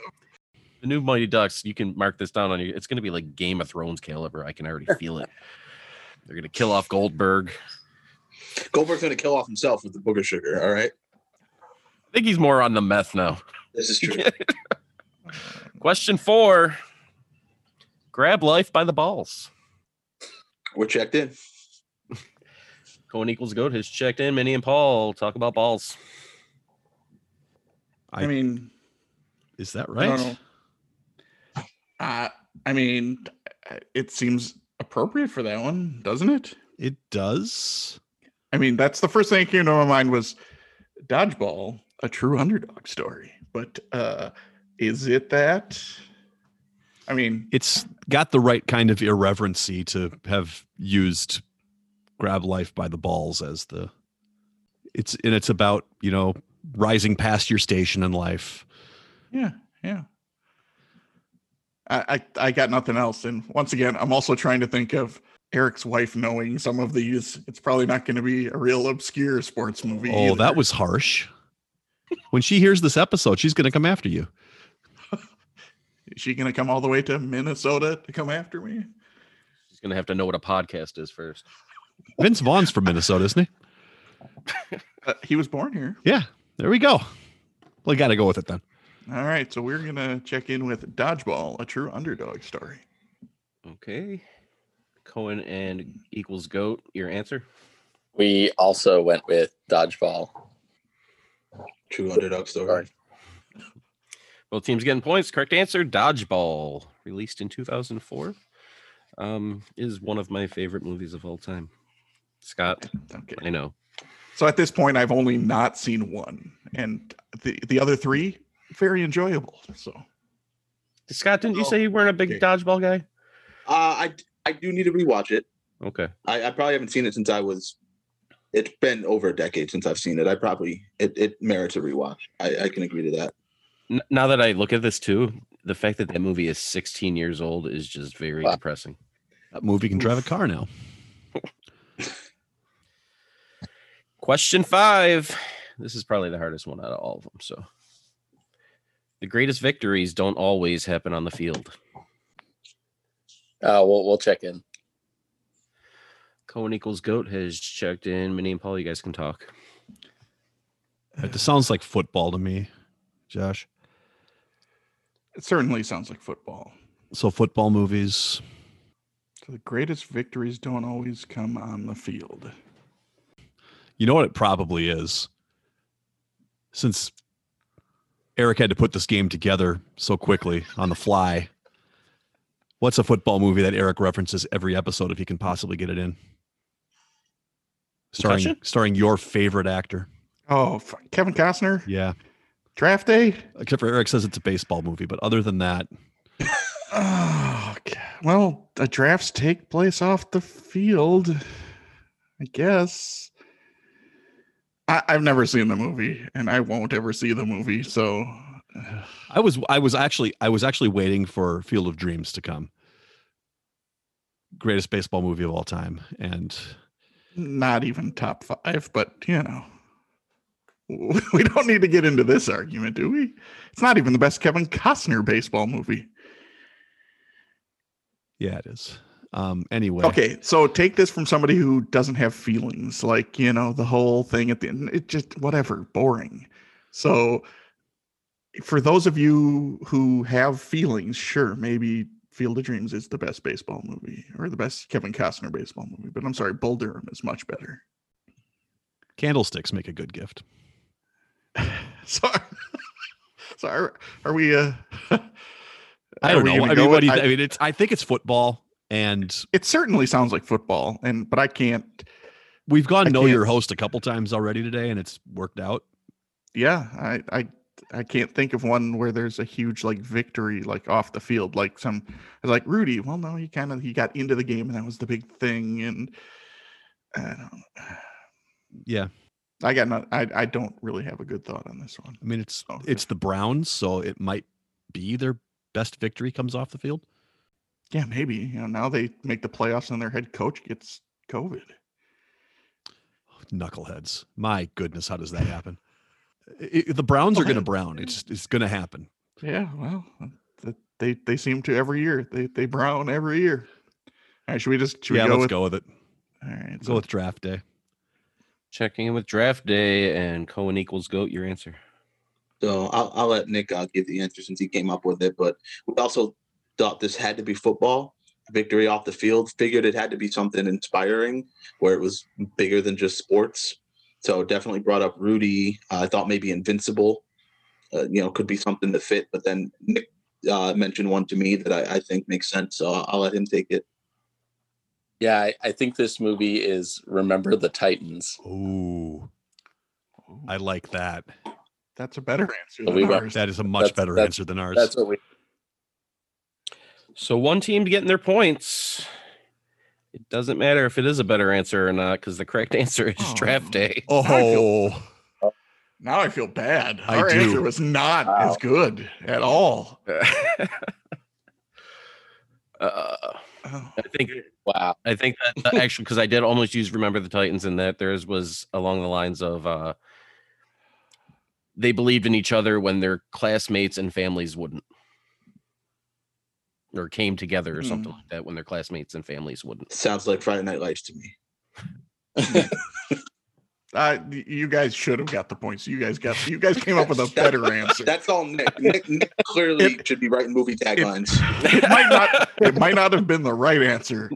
the new Mighty Ducks. You can mark this down on your. It's going to be like Game of Thrones caliber. I can already feel it. They're going to kill off Goldberg. Goldberg's going to kill off himself with the booger sugar. All right. I think he's more on the meth now. This is true. Question four. Grab life by the balls. We're checked in. Cohen equals goat has checked in. Minnie and Paul talk about balls. I, I- mean, Is that I right? don't know. Uh, I mean, it seems appropriate for that one, doesn't it? It does. I mean, that's the first thing that came to my mind was dodgeball, a true underdog story. But uh, is it that? I mean, It's got the right kind of irreverency to have used grab life by the balls as the. It's and it's about you know rising past your station in life. yeah, yeah. I, I I got nothing else. And once again, I'm also trying to think of Eric's wife knowing some of these. It's probably not going to be a real obscure sports movie. Oh, either. that was harsh. When she hears this episode, she's going to come after you. Is she going to come all the way to Minnesota to come after me? She's going to have to know what a podcast is first. Vince Vaughn's from Minnesota, isn't he? Uh, he was born here. Yeah, there we go. We got to go with it then. All right, so we're gonna check in with Dodgeball, a true underdog story. Okay. Cohen and equals goat. Your answer. We also went with dodgeball. True underdog story. Both teams getting points. Correct answer Dodgeball, released in 2004. Um, is one of my favorite movies of all time. Scott, Okay. I know. So at this point, I've only not seen one, and the the other three very enjoyable. So Scott, didn't you Oh, say you weren't a big okay. dodgeball guy? Uh, I I do need to rewatch it. Okay. I, I probably haven't seen it since I was. It's been over a decade since I've seen it. I probably it, it merits a rewatch. I, I can agree to that. N- now that I look at this too, the fact that that movie is 16 years old is just very Wow. depressing. That movie can drive a car now. Question five. This is probably the hardest one out of all of them. So, the greatest victories don't always happen on the field. Uh, we'll we'll check in. Cohen equals goat has checked in. Minnie and Paul, you guys can talk. It sounds like football to me, Josh. it certainly sounds like football. So football movies. So the greatest victories don't always come on the field. You know what it probably is. Since Eric had to put this game together so quickly on the fly, what's a football movie that Eric references every episode if he can possibly get it in? Starring Concussion? starring your favorite actor. Oh, f- Kevin Costner, Yeah. draft day. Except for Eric says it's a baseball movie, but other than that, Oh, God. well, the drafts take place off the field, I guess. I, I've never seen the movie, and I won't ever see the movie. So, I was I was actually I was actually waiting for Field of Dreams to come. Greatest baseball movie of all time. And not even top five, but you know, we don't need to get into this argument, do we? It's not even the best Kevin Costner baseball movie. yeah, it is. Um anyway. Okay, so take this from somebody who doesn't have feelings, like you know the whole thing at the end. It just whatever, boring. So, for those of you who have feelings, sure, maybe Field of Dreams is the best baseball movie or the best Kevin Costner baseball movie. But I'm sorry, Bull Durham is much better. Candlesticks make a good gift. So, so are, are we? Uh, I are don't we know. gonna I go mean, what with- do you I- th- I mean, it's I think it's football and it certainly sounds like football, and but I can't. we've gone I know can't- your host a couple times already today and it's worked out. yeah i i i can't think of one where there's a huge like victory like off the field like some I was like rudy well no he kind of he got into the game and that was the big thing and i don't know. Yeah. i got not i i don't really have a good thought on this one I mean it's Oh, yeah. it's the Browns, so it might be their best victory comes off the field. yeah maybe you know now they make the playoffs and their head coach gets covid knuckleheads. My goodness, how does that happen? I- I- the Browns Oh, are going to brown. It's it's going to happen. yeah well th- they they seem to every year they they brown every year all right should we just should yeah, we go let's with go with it. all right Go so with draft day. Checking in with draft day and Cohen equals goat. Your answer. So I'll, I'll let Nick uh, give the answer since he came up with it. But we also thought this had to be football victory off the field. Figured it had to be something inspiring where it was bigger than just sports. So definitely brought up Rudy. Uh, I thought maybe Invincible, uh, you know, could be something to fit. But then Nick uh, mentioned one to me that I, I think makes sense. So I'll, I'll let him take it. Yeah, I, I think this movie is Remember the Titans. Ooh, Ooh, I like that. that's a better answer But than we went- ours. That is a much That's- better that's- answer than ours. That's what we. So one team getting their points. It doesn't matter if it is a better answer or not because the correct answer is Oh. draft day. oh, Now I feel bad. I Our do. answer was not Wow. as good at all. Uh, Oh, I think Wow. I think that uh, actually because I did almost use "Remember the Titans" and that theirs was along the lines of uh, they believed in each other when their classmates and families wouldn't, or came together or something Hmm. like that when their classmates and families wouldn't. Sounds like Friday Night Lights to me. Uh, y- you guys should have got the points. You guys got. You guys came up with a better answer. That's all Nick. Nick, Nick clearly should be writing movie taglines. It might not. It might not have been the right answer,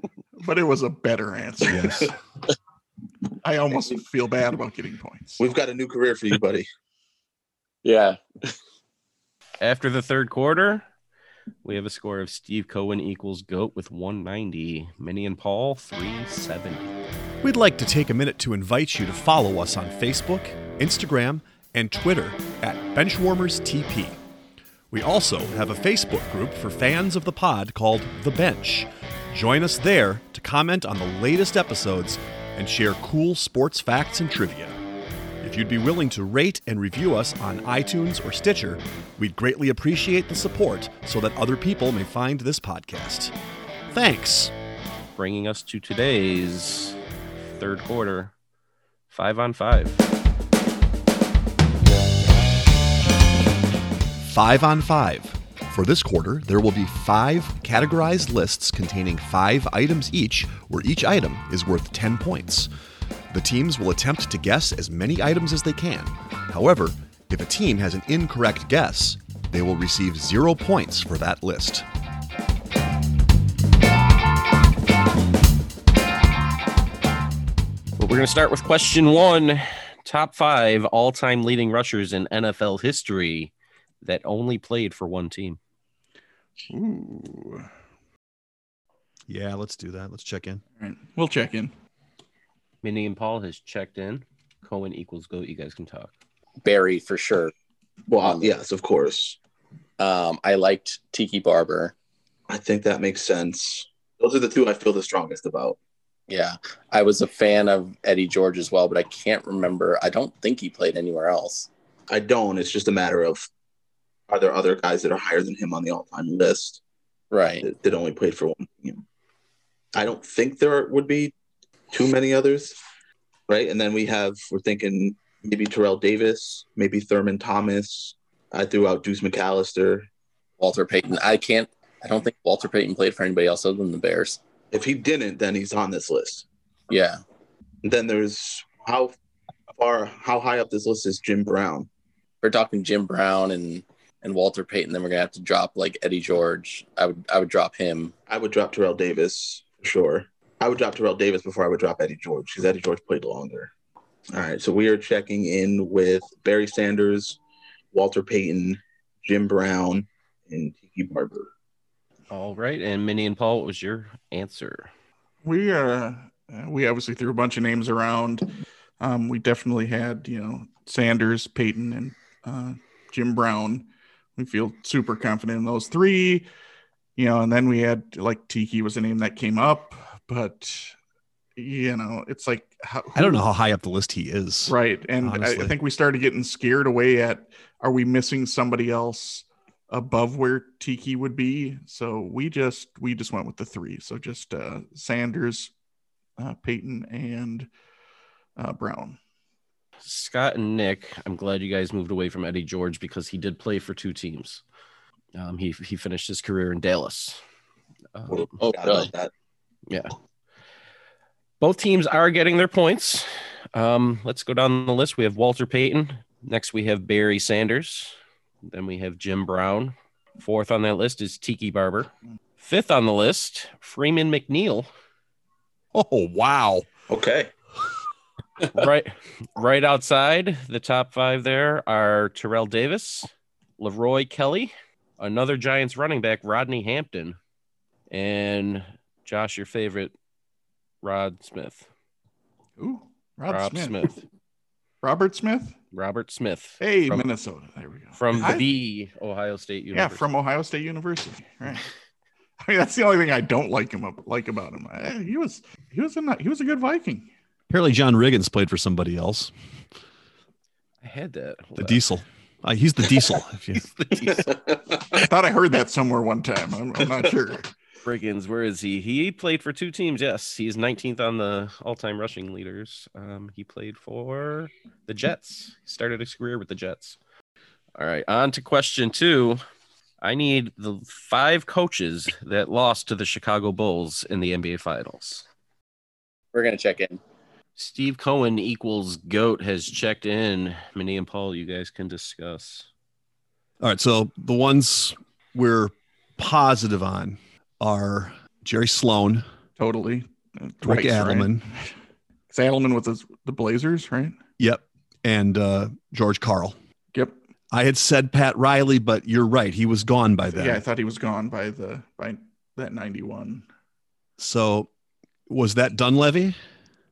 but it was a better answer. Yes. I almost feel bad about getting points. We've got a new career for you, buddy. Yeah. After the third quarter, we have a score of Steve Cohen equals GOAT with 190, Minnie and Paul 370. We'd like to take a minute to invite you to follow us on Facebook, Instagram, and Twitter at Benchwarmers TP. We also have a Facebook group for fans of the pod called The Bench. Join us there to comment on the latest episodes and share cool sports facts and trivia. If you'd be willing to rate and review us on iTunes or Stitcher, we'd greatly appreciate the support so that other people may find this podcast. Thanks. Bringing us to today's third quarter, five on five. Five on Five. For this quarter, there will be five categorized lists containing five items each, where each item is worth 10 points. The teams will attempt to guess as many items as they can. However, if a team has an incorrect guess, they will receive zero points for that list. But we're going to start with question one Top five all time leading rushers in NFL history that only played for one team. Ooh. Yeah, let's do that. Let's check in. All right, we'll check in. Minnie and Paul has checked in. Cohen equals GOAT. You guys can talk. Barry for sure. Well, uh, yes, of course. Um, I liked Tiki Barber. I think that makes sense. Those are the two I feel the strongest about. Yeah. I was a fan of Eddie George as well, but I can't remember. I don't think he played anywhere else. I don't. It's just a matter of are there other guys that are higher than him on the all-time list Right. that, that only played for one team? I don't think there would be too many others, right? And then we have we're thinking maybe Terrell Davis, maybe Thurman Thomas. I threw out Deuce McAllister. Walter Payton. I can't, I don't think Walter Payton played for anybody else other than the Bears. If he didn't, then he's on this list. Yeah. Then there's how far, how high up this list is Jim Brown? We're talking Jim Brown and, and Walter Payton. Then we're going to have to drop like Eddie George. I would, I would drop him. I would drop Terrell Davis for sure. I would drop Terrell Davis before I would drop Eddie George because Eddie George played longer. All right, so we are checking in with Barry Sanders, Walter Payton, Jim Brown, and Tiki Barber. All right. And Minnie and Paul, what was your answer? we uh uh, we obviously threw a bunch of names around um we definitely had you know sanders peyton and uh jim brown we feel super confident in those three you know and then we had like tiki was a name that came up but you know it's like how, I don't know how high up the list he is. right and I, I honestly. think we started getting scared away at are we missing somebody else above where tiki would be so we just we just went with the three so just uh sanders uh peyton and uh brown Scott and Nick, I'm glad you guys moved away from Eddie George because he did play for two teams. Um, he he finished his career in Dallas. Um, Oh, Forgot really? about that. both teams are getting their points. Um, let's go down the list. We have Walter Payton. Next, we have Barry Sanders. Then we have Jim Brown. Fourth on that list is Tiki Barber. Fifth on the list, Freeman McNeil. Oh, wow. Okay. right right outside the top five there are Terrell Davis, Leroy Kelly, another Giants running back, Rodney Hampton, and Josh, your favorite, Rod Smith. Ooh, Rob, Rob smith. Smith. robert smith Robert Smith. hey From- minnesota there we go From I- the Ohio State yeah University. from ohio state university right i mean that's the only thing i don't like him up like about him Eh, he was he was a he was a good viking Apparently, John Riggins played for somebody else, I had that. Hold the on. Diesel. Uh, he's the Diesel. if you- i thought i heard that somewhere one time i'm, I'm not sure Briggins, where is he? He played for two teams. Yes, he's 19th on the all-time rushing leaders. Um, he played for the Jets. He started his career with the Jets. All right, on to question two. I need the five coaches that lost to the Chicago Bulls in the NBA Finals. We're going to check in. Steve Cohen equals goat has checked in. Minnie and Paul, you guys can discuss. All right. So the ones we're positive on are Jerry Sloan, Totally. Uh, Rick Rice, right? Adelman. It's Adelman with his, the Blazers, right? Yep. And uh, George Carl. Yep. I had said Pat Riley, but you're right. He was gone by then. Yeah, I thought he was gone by the by that ninety one. So was that Dunleavy?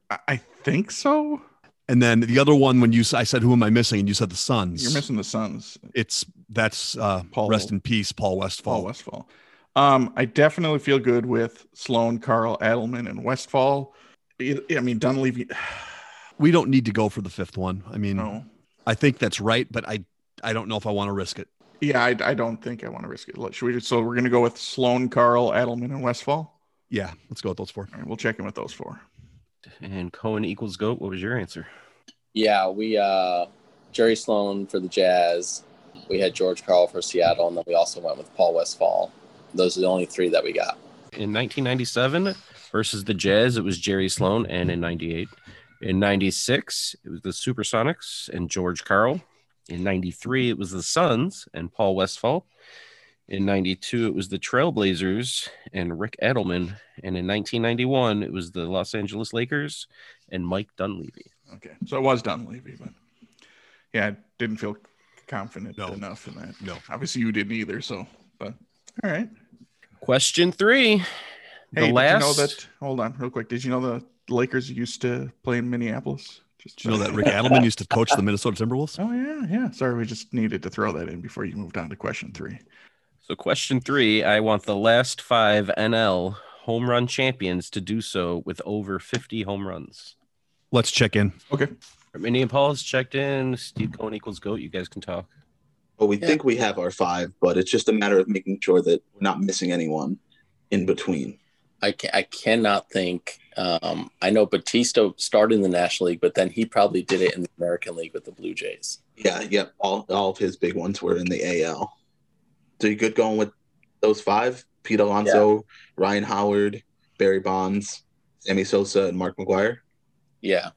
I, I think so. And then the other one, when you s- I said, "Who am I missing?" and you said the Suns. You're missing the Suns. It's that's uh, Paul- Rest in peace, Paul Westfall. Paul Westfall. Um, I definitely feel good with Sloan, Carl, Adelman, and Westfall. It- I mean Dunleavy. We don't need to go for the fifth one. I mean, No. I think that's right, but I I don't know if I want to risk it. Yeah, I, I don't think I want to risk it. Let- Should we? So we're gonna go with Sloan, Carl, Adelman, and Westfall. Yeah, let's go with those four. All right, we'll check in with those four. And Cohen equals goat. What was your answer? Yeah, we uh Jerry Sloan for the Jazz. We had George Carl for Seattle, and then we also went with Paul Westfall. Those are the only three that we got. In 1997 versus the Jazz, it was Jerry Sloan, and in 98. In 96, it was the Supersonics and George Carl. In 93, it was the Suns and Paul Westfall. In 92, it was the Trailblazers and Rick Edelman. And in 1991, it was the Los Angeles Lakers and Mike Dunleavy. Okay, so it was Dunleavy, but yeah, I didn't feel confident No. enough in that. No. Obviously, you didn't either. So, but all right. Question three. Hey, the did last. you know that? Hold on, real quick. Did you know the Lakers used to play in Minneapolis? Just Did you know that Rick Adelman used to coach the Minnesota Timberwolves? Oh yeah, yeah. Sorry, we just needed to throw that in before you moved on to question three. So, question three I want the last five NL home run champions to do so with over 50 home runs. Let's check in. Okay. Minnie and Paul's checked in. Steve Cohen equals GOAT. You guys can talk. Well, we Yeah. think we have our five, but it's just a matter of making sure that we're not missing anyone in between. I can, I cannot think. Um, I know Batista started in the National League, but then he probably did it in the American League with the Blue Jays. Yeah, yep. All all of his big ones were in the AL. So you good going with those five? Pete Alonso, Ryan Howard, Barry Bonds, Sammy Sosa, and Mark McGuire. Yeah,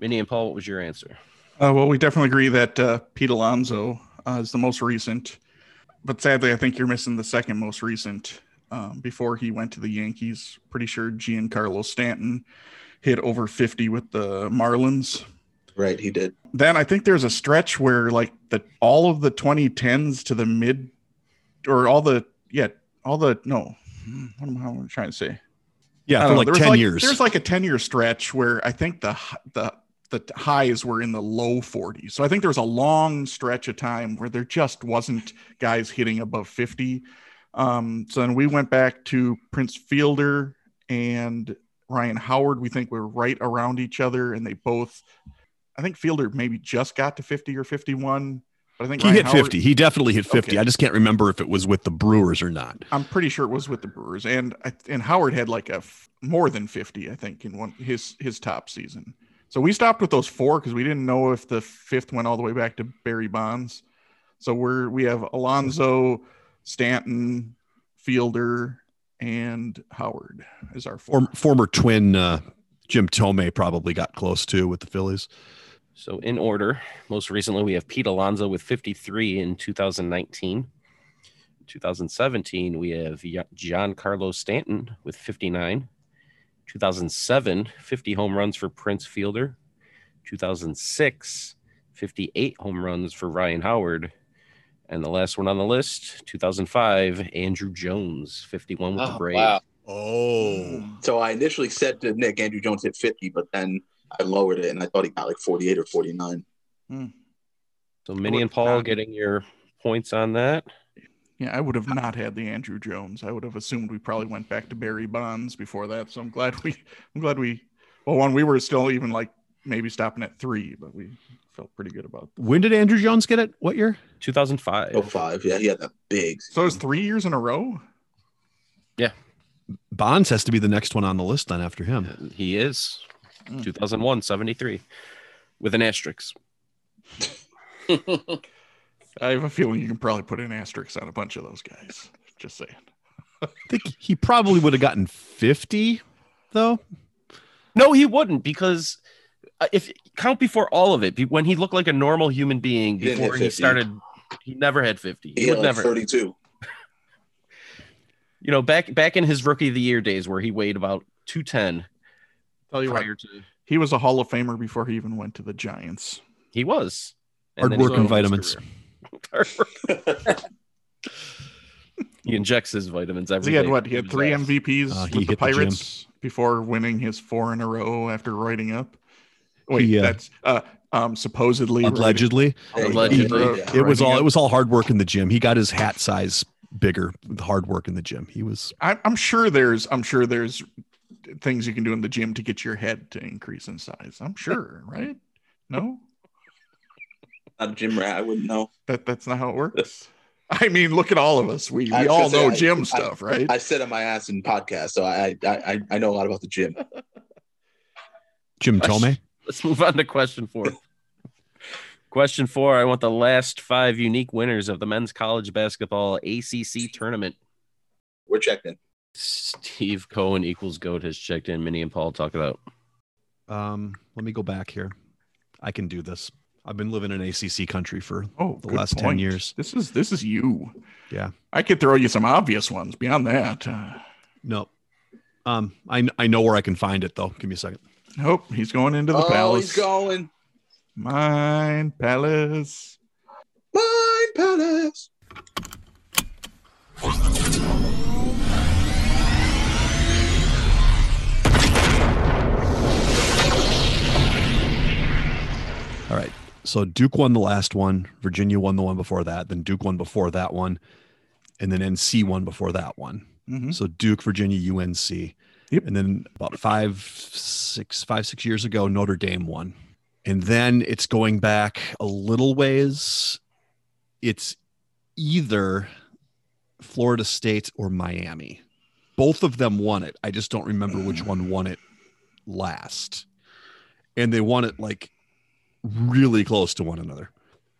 Minnie and Paul, what was your answer? Uh, well, we definitely agree that uh, Pete Alonso uh, is the most recent, but sadly, I think you're missing the second most recent. Um, before he went to the Yankees, pretty sure Giancarlo Stanton hit over 50 with the Marlins. Right, he did. Then I think there's a stretch where like the all of the 2010s to the mid, or all the yeah, all the no, Hmm, what am I what am I trying to say? I Yeah, don't for know, like there was ten like- years. There's like a 10 year stretch where I think the hi- the the highs were in the low 40s. So I think there was a long stretch of time where there just wasn't guys hitting above 50. Um, so then we went back to Prince Fielder and Ryan Howard. We think we're right around each other, and they both. I think Fielder maybe just got to 50 or 51, but I think he Ryan hit Howard- fifty. He definitely hit fifty. Okay. I just can't remember if it was with the Brewers or not. I'm pretty sure it was with the Brewers, and I- and Howard had like a f- more than 50, I think, in one his his top season. So we stopped with those four because we didn't know if the fifth went all the way back to Barry Bonds. So we're we have Alonzo, Stanton, Fielder, and Howard is our four. Form, former twin uh, Jim Tomei probably got close to with the Phillies. So, in order, most recently we have Pete Alonso with 53 in 2019. 2017, we have Ya- Giancarlo Stanton with 59. 2007, 50 home runs for Prince Fielder. 2006, 58 home runs for Ryan Howard. And the last one on the list, 2005, Andrew Jones, 51 with the Oh, Braves. wow. Oh, So I initially said to Nick Andrew Jones hit 50, but then I lowered it and I thought he got like 48 or 49. Hmm. So, Minnie and would Paul not- getting your points on that. Yeah, I would have not had the Andrew Jones. I would have assumed we probably went back to Barry Bonds before that. So I'm glad we, I'm glad we, well, one we were still even like maybe stopping at three, but we felt pretty good about. when did Andrew Jones get it? What year? 2005. Oh, five. Yeah, he had that big. So it was three years in a row. Bonds has to be the next one on the list. Then after him, He is. Mm. 2001, 73 with an asterisk. I have a feeling you can probably put an asterisk on a bunch of those guys. Just saying. I think he probably would have gotten fifty, though. No, he wouldn't because uh, if count before all of it, be- when he looked like a normal human being He didn't hit before he 50. started, he never had fifty. He, He had would like never. 32. You know, back back in his rookie of the year days where he weighed about two ten Tell you what, prior to he was a Hall of Famer before he even went to the Giants. he was And Hard then he work went and on his vitamins. career. Hard work. he injects his vitamins every He had day what? He to had his three ass. MVPs Uh, he with the hit the gym. Pirates before winning his four in a row after writing up. Wait, He, uh, that's uh, um, supposedly writing- Allegedly, Allegedly, uh, yeah. it was writing all up. it was all hard work in the gym. He got his hat size bigger with hard work in the gym. He was I'm, I'm sure there's. I'm sure there's things you can do in the gym to get your head to increase in size. I'm sure, right? No, Not a gym rat. I wouldn't know. that that's not how it works. I mean, look at all of us. We, we I all should say know I- gym I- stuff, right? I sit on my ass in podcasts, so I I, I, I know a lot about the gym. Jim Tome. Question- Let's move on to question four. question four. I want the last five unique winners of the men's college basketball ACC tournament. We're checked in. Steve Cohen equals goat has checked in. Minnie and Paul talk about. Um, let me go back here. I can do this. I've been living in ACC country for oh, the good last 10 point. years. This is this is you. Yeah. I could throw you some obvious ones. Beyond that, uh, no. Um, I kn- I know where I can find it though. Give me a second. nope. He's going into the oh, palace. he's going. Mine palace. Mine palace. All right. So Duke won the last one. Virginia won the one before that. Then Duke won before that one, and then NC won before that one. Mhm. So Duke, Virginia, UNC. Yep. And then about five, six, five, six years ago, Notre Dame won. And then it's going back a little ways. It's either Florida State or Miami. Both of them won it. I just don't remember which one won it last. And they won it like really close to one another.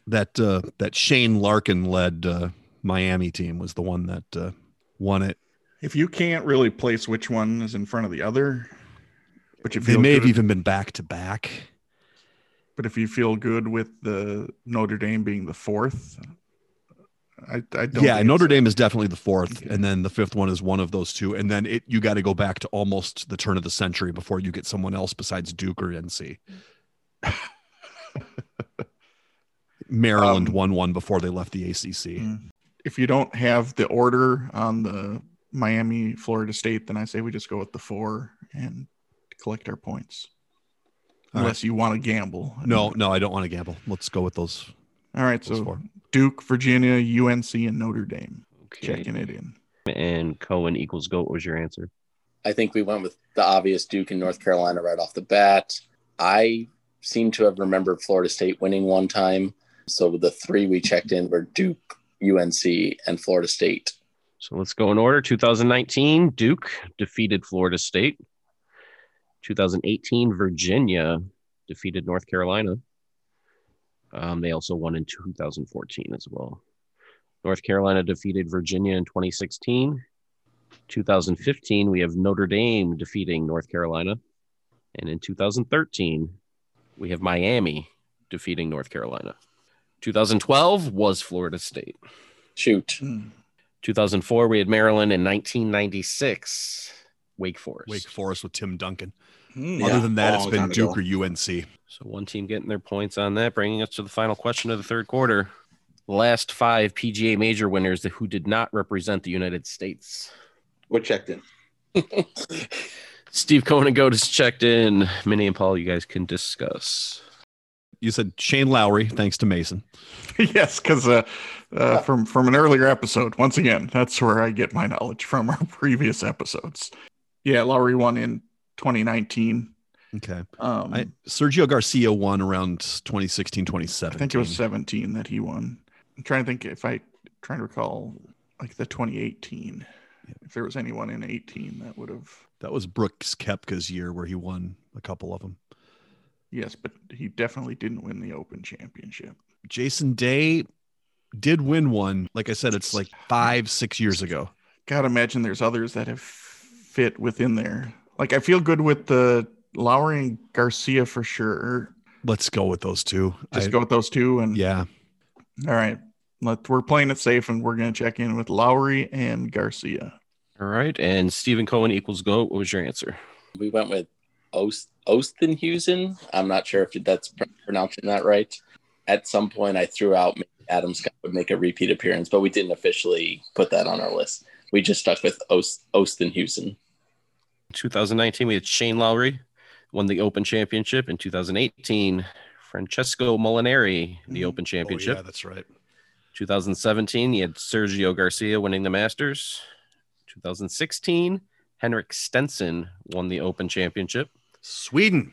That uh, that Shane Larkin led uh, Miami team was the one that uh, won it. If you can't really place which one is in front of the other, but you They feel may have good- even been back to back. but if you feel good with the Notre Dame being the fourth, I, I don't. Yeah, think Notre it's- Dame is definitely the fourth, Okay. and then the fifth one is one of those two, and then it you got to go back to almost the turn of the century before you get someone else besides Duke or NC. Maryland Um, won one before they left the ACC. If you don't have the order on the Miami Florida State, then I say we just go with the four and collect our points. All Unless you want to gamble. No, no, I don't want to gamble. Let's go with those. All right. those So four. Duke, Virginia, UNC, and Notre Dame. Okay. Checking it in. And Cohen equals goat was your answer. I think we went with the obvious Duke and North Carolina right off the bat. I seem to have remembered Florida State winning one time. So the three we checked in were Duke, UNC, and Florida State. So let's go in order. 2019, Duke defeated Florida State. 2018, Virginia defeated North Carolina. Um, they also won in 2014 as well. North Carolina defeated Virginia in 2016. 2015, we have Notre Dame defeating North Carolina. And in 2013, we have Miami defeating North Carolina. 2012 was Florida State. Shoot. 2004 we had maryland in 1996 wake forest Wake Forest with Tim Duncan. Hmm. Yeah, Other than that, long it's been time Duke ago. or UNC. so one team getting their points on that bringing us to the final question of the third quarter last five pga major winners who did not represent the united states We're checked in. steve cohen and Goat has checked in minnie and paul you guys can discuss You said Shane Lowry, thanks to Mason. yes, because uh, uh, from from an earlier episode, once again, that's where I get my knowledge from our previous episodes. Yeah, Lowry won in 2019. Okay. Um, I, I, Sergio Garcia won around 2016, 2017. think it was 17 that he won. I'm trying to think if I trying to recall like the 2018. If there was anyone in 18 that would have That was Brooks Kepka's year where he won a couple of them. yes, but he definitely didn't win the Open Championship. Jason Day did win one. Like I said, it's like five, six years ago. Gotta imagine there's others that have fit within there. Like I feel good with the Lowry and Garcia for sure. Let's go with those two. Just I- go with those two. And Yeah. all right, let, we're playing it safe and we're going to check in with Lowry and Garcia. All right. And Stephen Cohen equals go. What was your answer? We went with Ost- Ostenhusen. I'm not sure if that's pr- pronouncing that right. At some point, I threw out maybe Adam Scott would make a repeat appearance, but we didn't officially put that on our list. We just stuck with Ost- Ostenhusen. 2019, we had Shane Lowry, won the Open Championship. In 2018, Francesco Molinari, the Mhm. Open Oh, Championship. yeah, that's right. 2017, you had Sergio Garcia winning the Masters. 2016, Henrik Stenson won the Open Championship. Sweden.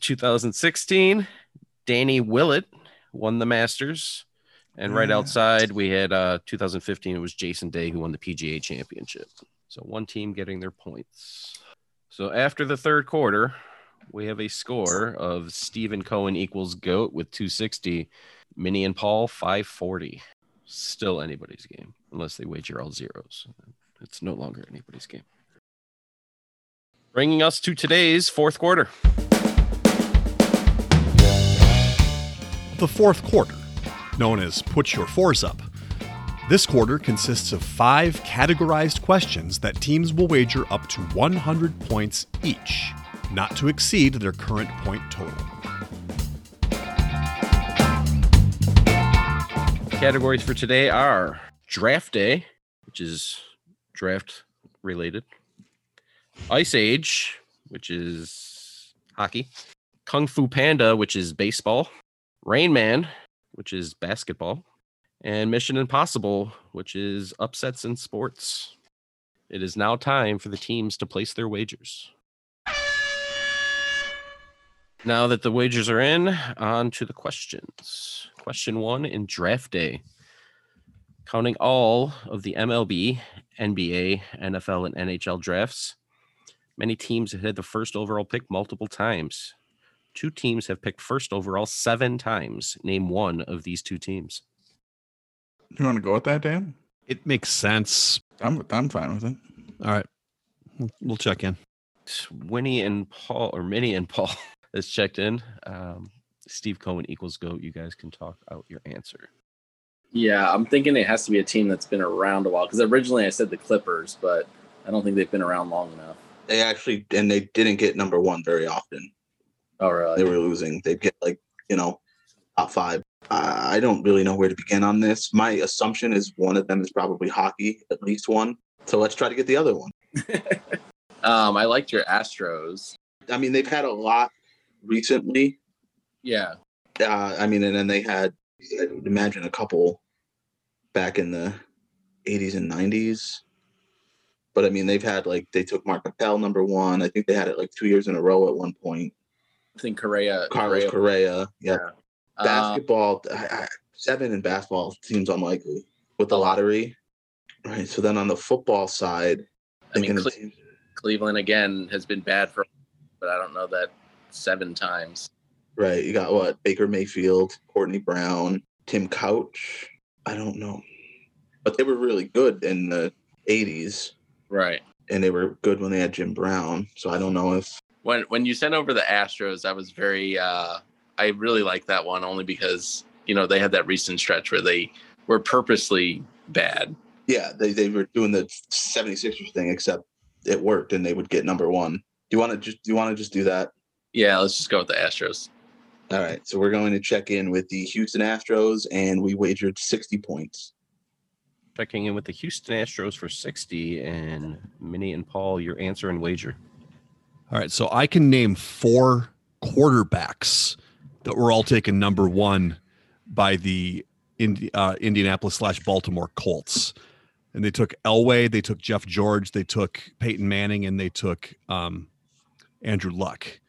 2016, Danny Willett won the Masters. And right Yeah. outside, we had uh, 2015, it was Jason Day who won the PGA Championship. So one team getting their points. So after the third quarter, we have a score of Stephen Cohen equals GOAT with 260, Minnie and Paul 540. Still anybody's game, unless they wager all zeros. It's no longer anybody's game. Bringing us to today's fourth quarter. The fourth quarter, known as Put Your Fours Up. This quarter consists of five categorized questions that teams will wager up to 100 points each, not to exceed their current point total. Categories for today are draft day, which is draft related, Ice Age, which is hockey, Kung Fu Panda, which is baseball, Rain Man, which is basketball, and Mission Impossible, which is upsets in sports. It is now time for the teams to place their wagers. Now that the wagers are in, on to the questions. Question one in draft day. Counting all of the MLB, NBA, NFL, and NHL drafts, many teams have had the first overall pick multiple times. Two teams have picked first overall seven times. Name one of these two teams. You want to go with that, Dan? It makes sense. I'm, I'm fine with it. All right. We'll- We'll check in. Winnie and Paul, or Minnie and Paul, has checked in. Um, Steve Cohen equals GOAT. You guys can talk out your answer. Yeah, I'm thinking it has to be a team that's been around a while because originally I said the Clippers, but I don't think they've been around long enough. They actually and they didn't get number one very often. Oh, They really? were losing. They'd get like you know top five. I I don't really know where to begin on this. My assumption is one of them is probably hockey, at least one. So let's try to get the other one. Um, I liked your Astros. I mean, they've had a lot recently. Yeah, uh, I mean, and then they had, I would imagine, a couple back in the 80s and 90s. But I mean, they've had like, they took Mark Capel number one. I think they had it like two years in a row at one point. I think Correa. Carlos Correa. Yeah. Uh, Basketball, I, I, seven in basketball seems unlikely with the Oh. lottery. Right. So then on the football side, I mean, thinking of Cle- teams- Cleveland again has been bad for, but I don't know that seven times. right. You got what? Baker Mayfield, Courtney Brown, Tim Couch. I don't know. But they were really good in the 80s. Right. and they were good when they had Jim Brown. So I don't know if When when you sent over the Astros, I was very uh I really liked that one only because, you know, they had that recent stretch where they were purposely bad. yeah they, they were doing the 76ers thing except it worked and they would get number one. Do you want to just do you want to just do that? Yeah, let's just go with the Astros. All right. So we're going to check in with the Houston Astros and we wagered 60 points. Checking in with the Houston Astros for 60 and Minnie and Paul, your answer and wager. All right, so I can name four quarterbacks that were all taken number one by the Indi- uh, Indianapolis slash Baltimore Colts, and they took Elway, they took Jeff George, they took Peyton Manning, and they took um, Andrew Luck.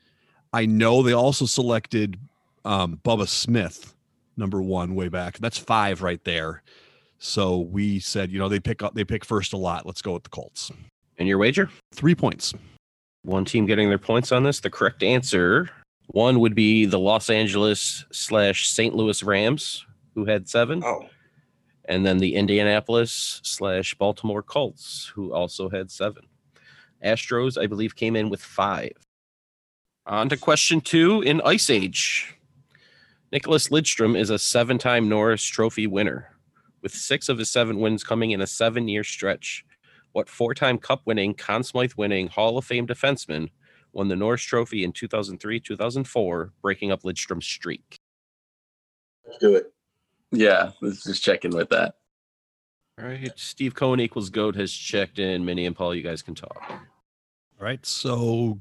I know they also selected um, Bubba Smith, number one, way back. That's five right there. So we said, you know, they pick up, they pick first a lot. Let's go with the Colts. And your wager? Three points. One team getting their points on this. The correct answer one would be the Los Angeles slash St. Louis Rams, who had seven, Oh. and then the Indianapolis slash Baltimore Colts, who also had seven. Astros, I believe, came in with five. On to question two in Ice Age. Nicholas Lidstrom is a seven time Norris Trophy winner, with six of his seven wins coming in a seven year stretch. What four time Cup winning, Conn Smythe winning Hall of Fame defenseman won the Norris Trophy in 2003 2004, breaking up Lidstrom's streak? Do it. Yeah, let's just check in with that. All right. Steve Cohen equals GOAT has checked in. Minnie and Paul, you guys can talk. All right. So,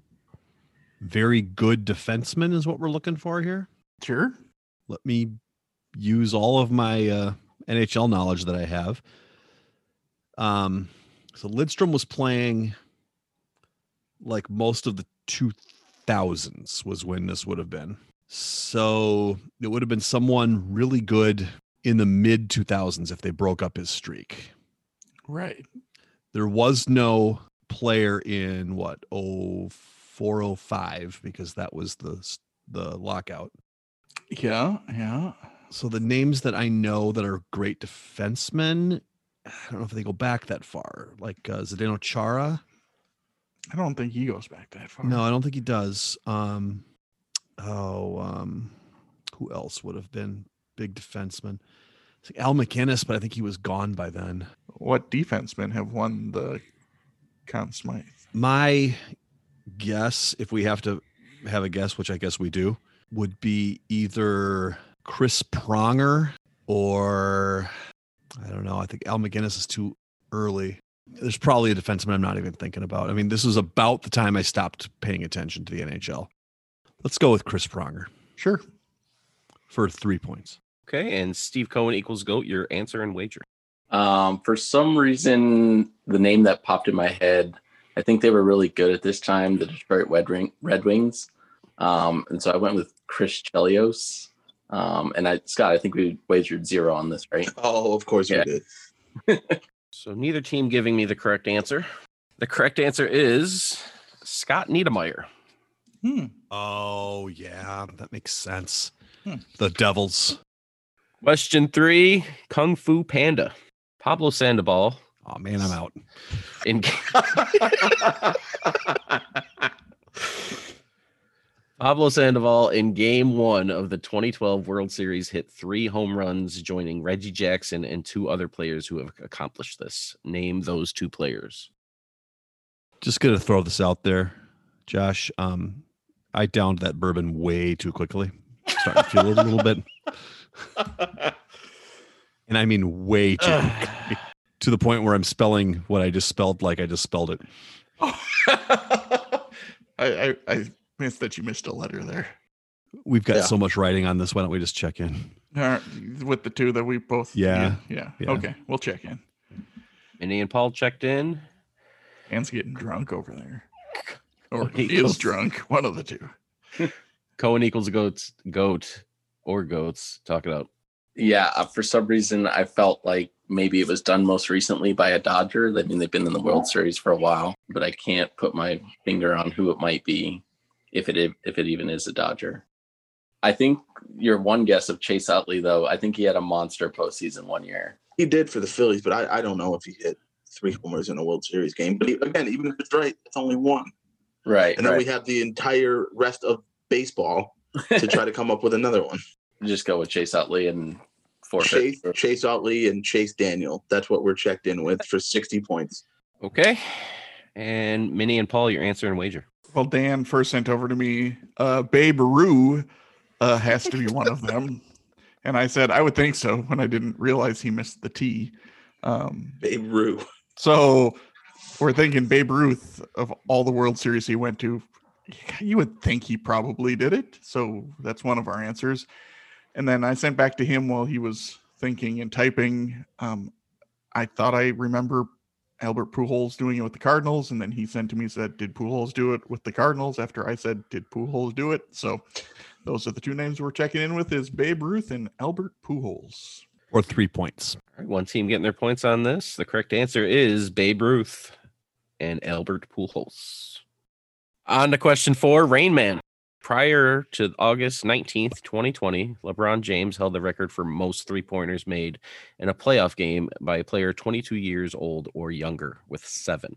very good defenseman is what we're looking for here. Sure. Let me use all of my uh, NHL knowledge that I have. Um, so Lidstrom was playing like most of the 2000s was when this would have been. So it would have been someone really good in the mid 2000s if they broke up his streak. Right. There was no player in what 0405 because that was the the lockout. Yeah. Yeah. So the names that I know that are great defensemen, I don't know if they go back that far. Like uh, Zdeno Chara. I don't think he goes back that far. No, I don't think he does. Um, oh, um, who else would have been big defenseman? It's like Al McInnes, but I think he was gone by then. What defensemen have won the Conn Smythe? My guess, if we have to have a guess, which I guess we do, would be either Chris Pronger or I don't know. I think Al McGinnis is too early. There's probably a defenseman I'm not even thinking about. I mean, this was about the time I stopped paying attention to the NHL. Let's go with Chris Pronger Sure. for three points. Okay. And Steve Cohen equals GOAT, your answer and wager. Um, for some reason, the name that popped in my head, I think they were really good at this time, the Detroit Red, Ring, Red Wings. Um, and so I went with Chris Chelios. Um, and I, Scott, I think we wagered zero on this, right? Oh, of course Yeah. we did. So neither team giving me the correct answer. The correct answer is Scott Niedermeyer. Hmm. Oh, yeah. That makes sense. Hmm. The Devils. Question three Kung Fu Panda. Pablo Sandoval Oh, man, I'm out. in Pablo Sandoval in game one of the 2012 World Series hit three home runs, joining Reggie Jackson and two other players who have accomplished this. Name those two players. Just going to throw this out there, Josh. Um, I downed that bourbon way too quickly. Starting to feel it a little bit. And I mean way too quickly. To the point where I'm spelling what I just spelled like I just spelled it. I, I I missed that you missed a letter there. We've got Yeah. so much writing on this. Why don't we just check in? Uh, with the two that we both. Yeah. Yeah. Yeah. Okay. We'll check in. Minnie and Paul checked in. Anne's getting drunk over there. Or He is goes- drunk. One of the two. Cohen equals goats, goat or goats. Talk it out. Yeah, uh, for some reason, I felt like maybe it was done most recently by a Dodger. I mean, they've been in the World Series for a while, but I can't put my finger on who it might be, if it if it even is a Dodger. I think your one guess of Chase Utley, though, I think he had a monster postseason one year. He did for the Phillies, but I, I don't know if he hit three homers in a World Series game. But he, again, even if it's right, it's only one. Right, And then we have the entire rest of baseball to try to come up with another one. just go with Chase Utley and forfeit. Chase, Chase Utley and Chase Daniel. That's what we're checked in with for 60 points. Okay. And Minnie and Paul, your answer and wager. Well, Dan first sent over to me. Uh, Babe Rue uh, has to be one of them, and I said I would think so when I didn't realize he missed the T. Um, Babe Rue. so we're thinking Babe Ruth of all the World Series he went to. You would think he probably did it. So that's one of our answers. And then I sent back to him while he was thinking and typing. Um, I thought I remember Albert Pujols doing it with the Cardinals, and then he sent to me said, "Did Pujols do it with the Cardinals?" After I said, "Did Pujols do it?" So those are the two names we're checking in with: is Babe Ruth and Albert Pujols. Or three points. All right, one team getting their points on this. The correct answer is Babe Ruth and Albert Pujols. On to question four, Rain Man. Prior to August 19th, 2020, LeBron James held the record for most three pointers made in a playoff game by a player 22 years old or younger with seven.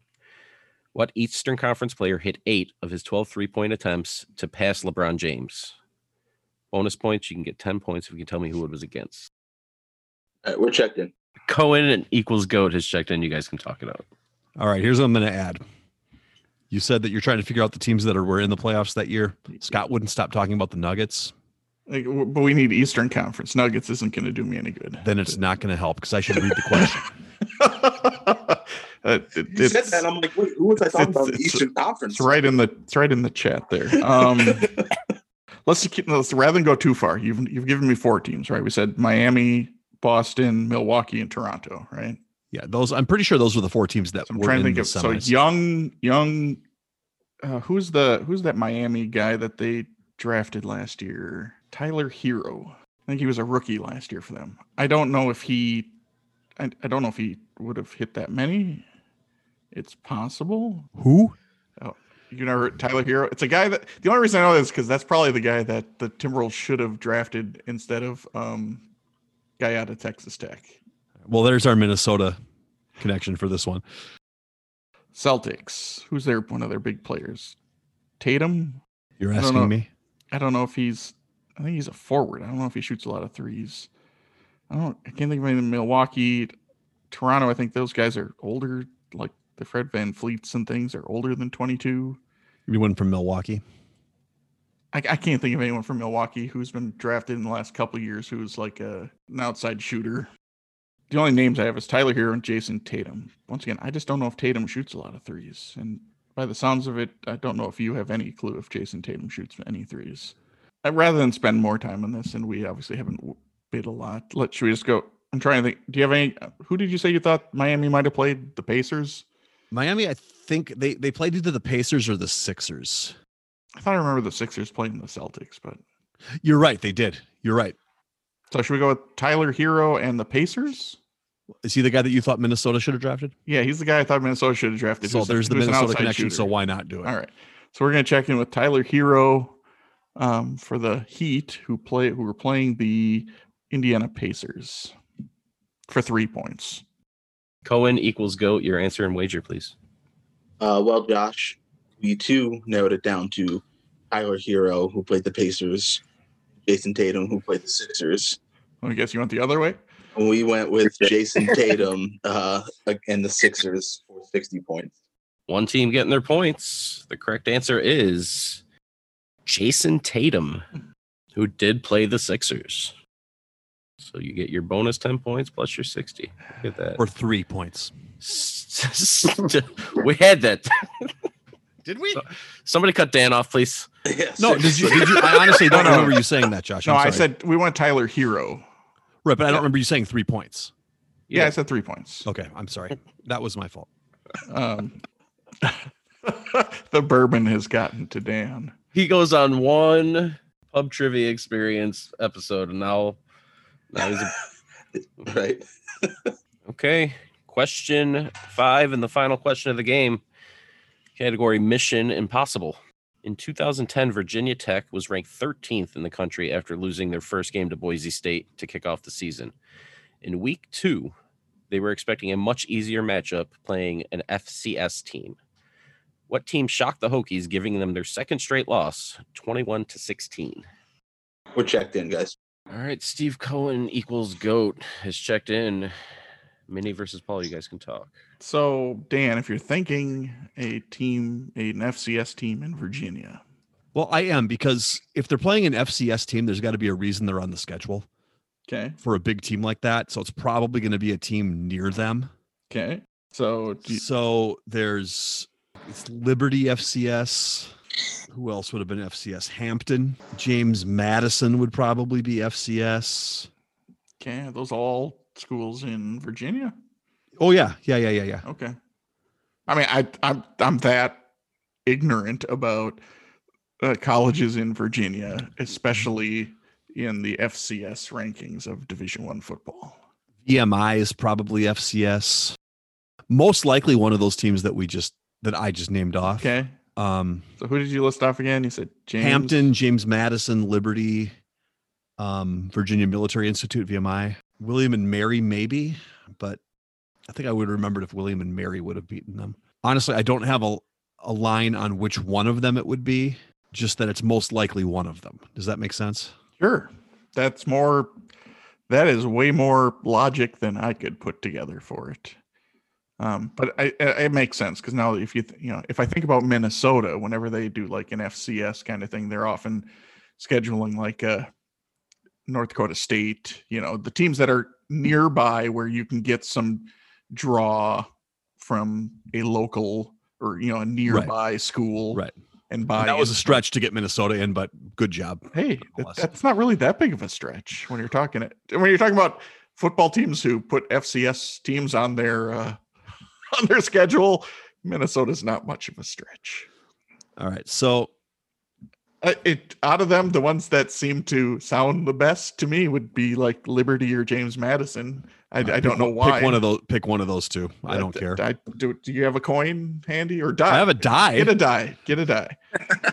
What Eastern Conference player hit eight of his 12 three point attempts to pass LeBron James? Bonus points. You can get 10 points if you can tell me who it was against. All right, we're checked in. Cohen and equals goat has checked in. You guys can talk it out. All right, here's what I'm going to add. You said that you're trying to figure out the teams that are were in the playoffs that year. Scott wouldn't stop talking about the Nuggets. Like, w- but we need Eastern Conference. Nuggets isn't going to do me any good. Then it's not going to help because I should read the question. Uh, it- You said it's- that. I'm like, wait, who was I it's- talking about? in it's- the it's- Eastern Conference. It's right in the it's right in the chat there. Um, let's keep let's rather than go too far. You've you've given me four teams, right? We said Miami, Boston, Milwaukee, and Toronto, right? yeah, those. I'm pretty sure those were the four teams that So I'm were trying in to think the of so semis. young young. Uh, who's the who's that Miami guy that they drafted last year? Tyler Hero. I think he was a rookie last year for them. I don't know if he, I, I don't know if he would have hit that many. It's possible. Oh, Who? You know Tyler Hero. It's a guy that the only reason I know this because that's probably the guy that the Timberwolves should have drafted instead of um guy out of Texas Tech. Well, there's our Minnesota connection for this one. Celtics. Who's their one of their big players? Tatum. You're I don't asking know. me. I don't know if he's. I think he's a forward. I don't know if he shoots a lot of threes. I don't. I can't think of anything. Milwaukee, Toronto. I think those guys are older. Like the Fred Van Fleets and things are older than 22. You went from Milwaukee. I, I can't think of anyone from Milwaukee who's been drafted in the last couple of years who's like a, an outside shooter. The only names I have is Tyler Hero and Jason Tatum. Once again, I just don't know if Tatum shoots a lot of threes. And by the sounds of it, I don't know if you have any clue if Jason Tatum shoots any threes. I, rather than spend more time on this, and we obviously haven't w- bid a lot, let should we just go? I'm trying to think. Do you have any? Who did you say you thought Miami might have played? The Pacers? Miami, I think they they played either the Pacers or the Sixers. I thought I remember the Sixers playing the Celtics, but You're right. They did. You're right. so should we go with Tyler Hero and the Pacers? Is he the guy that you thought Minnesota should have drafted? Yeah, he's the guy I thought Minnesota should have drafted. so who's a- there's the who's an Minnesota outside connection. shooter. So why not do it? all right, so we're gonna check in with Tyler Hero um, for the Heat, who play who were playing the Indiana Pacers for three points. Cohen equals goat. Your answer and wager, please. Uh, well, Josh, we too narrowed it down to Tyler Hero, who played the Pacers, Jason Tatum, who played the Sixers. I guess you went the other way. And we went with Jason Tatum uh, and the Sixers for 60 points. One team getting their points. The correct answer is Jason Tatum, who did play the Sixers. So you get your bonus 10 points plus your 60. Look at that. Or three points. we had that. Did we? Somebody cut Dan off, please. Yes. No, did you, did you? I honestly No, don't no. remember you saying that, Josh. No, I'm I sorry. said we want Tyler Hero. right, but I don't remember you saying three points. Yeah, Yeah. I said three points. Okay, I'm sorry. That was my fault. Um, the bourbon has gotten to Dan. He goes on one pub trivia experience episode, and now, now he's a right. Okay. Question five and the final question of the game category Mission Impossible. In 2010, Virginia Tech was ranked 13th in the country after losing their first game to Boise State to kick off the season. In week two, they were expecting a much easier matchup playing an FCS team. What team shocked the Hokies, giving them their second straight loss, 21 to 16? We're checked in, guys. All right, Steve Cohen equals GOAT has checked in. Minnie versus Paul, you guys can talk. So Dan, if you're thinking a team, an FCS team in Virginia, Well, I am because if they're playing an FCS team, there's got to be a reason they're on the schedule okay, for a big team like that. So it's probably going to be a team near them. okay. So do you- So there's it's Liberty FCS. Who else would have been FCS? Hampton. James Madison would probably be FCS. Okay, are those all schools in Virginia? Oh yeah, yeah, yeah, yeah, yeah. Okay. I mean, I I'm I'm that ignorant about uh, colleges in Virginia, especially in the FCS rankings of Division One football. EMI is probably FCS. Most likely one of those teams that we just that I just named off. Okay. Um, So who did you list off again? You said James Hampton, James Madison, Liberty, um, Virginia Military Institute, VMI, William and Mary, maybe, but I think I would have remembered if William and Mary would have beaten them. honestly, I don't have a a line on which one of them it would be. Just that it's most likely one of them. Does that make sense? Sure. That's more that is way more logic than I could put together for it. Um, but I, I, it makes sense because now if you th- you know if I think about Minnesota, whenever they do like an FCS kind of thing, they're often scheduling like uh North Dakota State. You know the teams that are nearby where you can get some draw from a local or you know a nearby school Right. and buy that was a in. stretch to Uh, get Minnesota in, but good job. Hey, that, Nonetheless. that's not really that big of a stretch when you're talking it. When you're talking about football teams who put FCS teams on their uh, on their schedule, Minnesota's not much of a stretch. All right. So Uh, it out of them, the ones that seem to sound the best to me would be like Liberty or James Madison. I, I Uh, pick don't know one- why. Pick one of those. Pick one of those two. I don't care. I, do, do you have a coin handy or die? I have a die. Get a die. Get a die.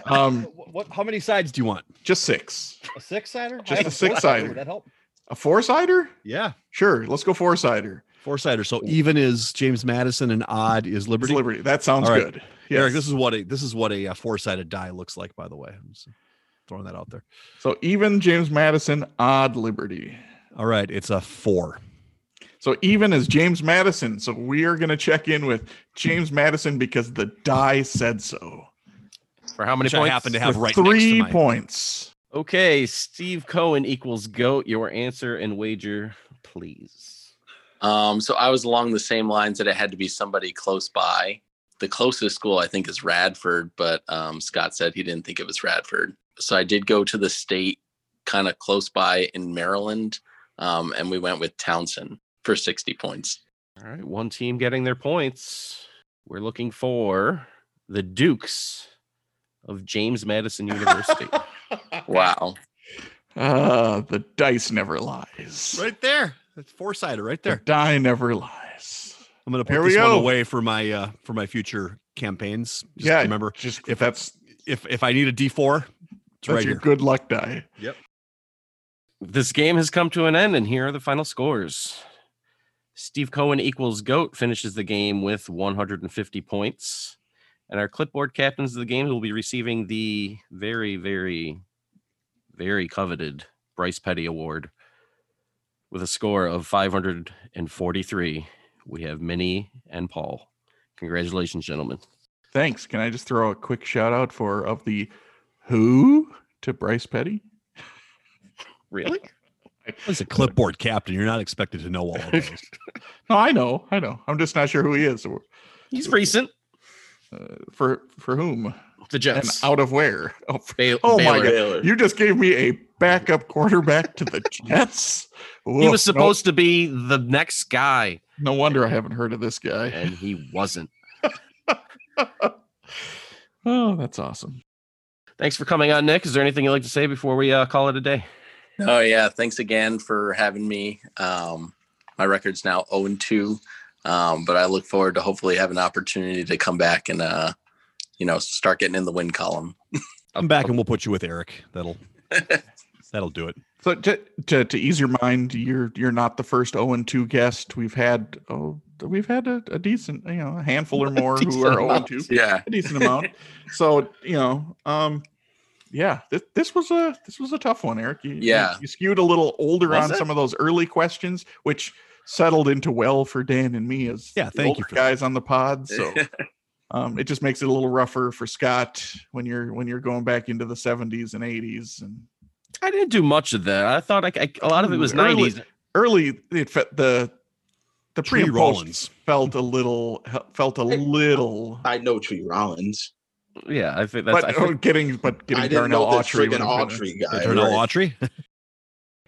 Um, What, what? How many sides do you want? just six. A six sider? Just a six-sider. Would that help? A four sider? Yeah, Sure. Let's go four sider. four siders. So even is James Madison, and odd It's is Liberty. Liberty. That sounds All right. good. Yes. Eric, this is what a this is what a, four sided die looks like. By the way, I'm just throwing that out there. so even James Madison, odd Liberty. All right, it's a four. So even as James Madison. So we are going to check in with James Madison because the die said so. For how many Which I points? happen to have For right next to three mine. points. Okay, Steve Cohen equals goat. Your answer and wager, please. Um, so I was along the same lines that it had to be somebody close by. The closest school I think is Radford, but um, Scott said he didn't think it was Radford. So I did go to the state kind of close by in Maryland, um, and we went with Townsend for 60 points. All right, one team getting their points. We're looking for the Dukes of James Madison University. Wow. Uh, the dice never lies. Right there. That's four sided. Right The there. die never lies. I'm gonna Here put we this go. one away for my uh for my future campaigns. Just Yeah. Remember, Just if if- that's if if I need a D four, it's that's right your here. good luck die. this game has come to an end, and here are the final scores. Steve Cohen equals goat finishes the game with 150 points, and our clipboard captains of the game will be receiving the very, very, very coveted Bryce Petty Award with a score of 543. We have Minnie and Paul. Congratulations, gentlemen. Thanks. Can I just throw a quick shout out for of the who to Bryce Petty? Really? As a clipboard captain, you're not expected to know all of those. No, I know, I know. I'm just not sure who he is or He's recent. uh, for for whom The and Jets. out of where. Oh, for- Ba- oh my Baylor. god! Baylor. You just gave me a backup quarterback to the Jets. He Woof, was supposed to be the next guy, No, no wonder I haven't heard of this guy. and he wasn't. Oh, that's awesome. Thanks for coming on, Nick. Is there anything you'd like to say before we uh, call it a day? Oh yeah, thanks again for having me. Um, my record's now 0 and 2, um, but I look forward to hopefully having an opportunity to come back and uh, you know start getting in the win column. I'm back and we'll put you with Eric. That'll that'll do it. So to, to to ease your mind, you're you're not the first 0 and 2 guest we've had. Oh, we've had a, a decent, you know, a handful or more who are 0 and 2. yeah, a decent amount. so you know, um, yeah, this, this was a this was a tough one, Eric. You, you- Yeah. you, skewed a little older Was on it? some of those early questions, which settled into well for Dan and me as Yeah, the thank you older for that. guys on the pod. So um, it just makes it a little rougher for Scott when you're when you're going back into the 70s and 80s and I didn't do much of that. I thought I, I, a lot of it was Early- 90s. early. It fe- the the pre Tree and Rollins. post felt a little felt a little. I know Tree Rollins. Yeah, I think that's. But I oh, think, getting but getting I didn't know Darnell that Autry friggin' would've been a- Autry guy. Darnell right? Autry.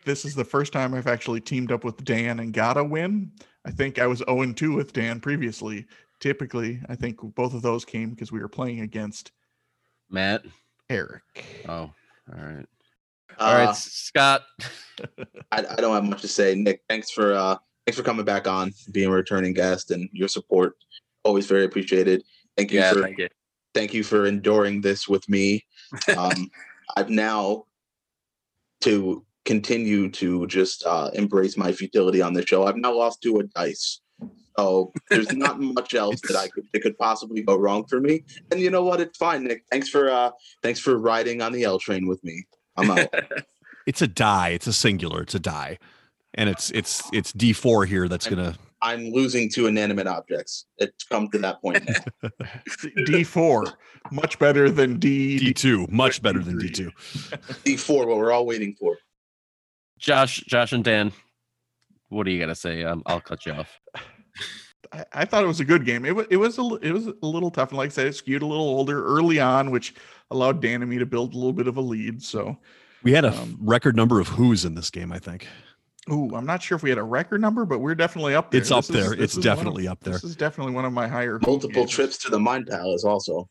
this is the first time I've actually teamed up with Dan and got a win. I think I was 0 2 with Dan previously. Typically, I think both of those came because we were playing against Matt. Eric. Oh, all right. All right, Uh, Scott. I, I don't have much to say. Nick, thanks for uh, thanks for coming back on, being a returning guest, and your support always very appreciated. Thank you yeah, for thank you. thank you for enduring this with me. Um, I've now to continue to just uh, embrace my futility on the show. I've now lost to a dice, So there's not much else that I could that could possibly go wrong for me. And you know what? It's fine, Nick. Thanks for uh thanks for riding on the L train with me. I'm out. It's a die. It's a singular. It's a die, and it's it's it's D four here. That's gonna. I'm losing to inanimate objects. It's come to that point. now. D4, much better than D. D two, much better than D two. D4, what we're all waiting for. Josh, Josh, and Dan, what do you gotta say? Um, I'll cut you off. I, I thought it was a good game. It was it was a li- it was a little tough, and like I said, it skewed a little older early on, which allowed Dan and me to build a little bit of a lead. So, We had a Um, record number of who's in this game. I think ooh, I'm not sure if we had a record number, but we're definitely up there. it's up This is- there. this It's is one of- definitely up there. This is definitely one of my higher home Multiple games. trips to the Mind Palace also.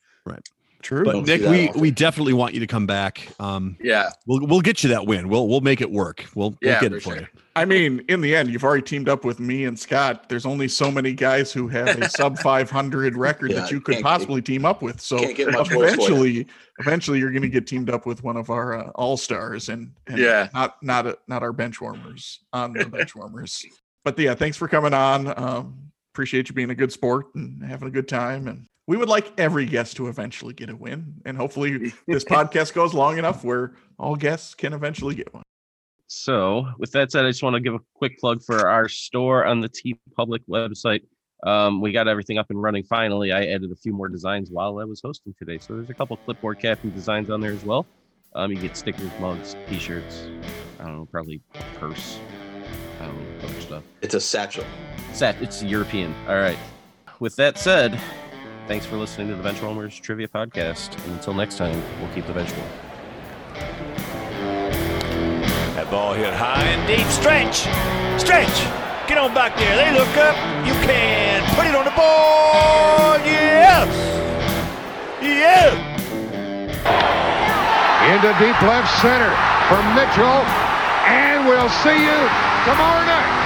True. But Don't see Nick, that we often. we definitely want you to come back. Um, Yeah. we'll we'll get you that win. We'll we'll make it work. We'll, Yeah, we'll for get it for sure. you. I mean, in the end, you've already teamed up with me and Scott. There's only so many guys who have a sub 500 record Yeah, that you you could can't- possibly team up with. So Can't get much worse for you. eventually, eventually, you're going to get teamed up with one of our uh, all stars, and, and Yeah. not not a, not our bench warmers on the bench warmers. But yeah, thanks for coming on. Um, appreciate you being a good sport and having a good time. And we would like every guest to eventually get a win, and hopefully, this podcast goes long enough where all guests can eventually get one. So, with that said, I just want to give a quick plug for our store on the T Public website. Um, we got everything up and running finally. I added a few more designs while I was hosting today. So, there's a couple clipboard captain designs on there as well. Um, you get stickers, mugs, t shirts, I don't know, probably purse, I don't know, other stuff. It's a satchel. Sat, it's European. All right. With that said, thanks for listening to the Bench Warmers Trivia Podcast. And until next time, we'll keep the bench warm. That ball hit high and deep. Stretch. Stretch. Get on back there. They look up. You can put it on the board. Yes. Yes. into deep left center for Mitchell, and we'll see you tomorrow night.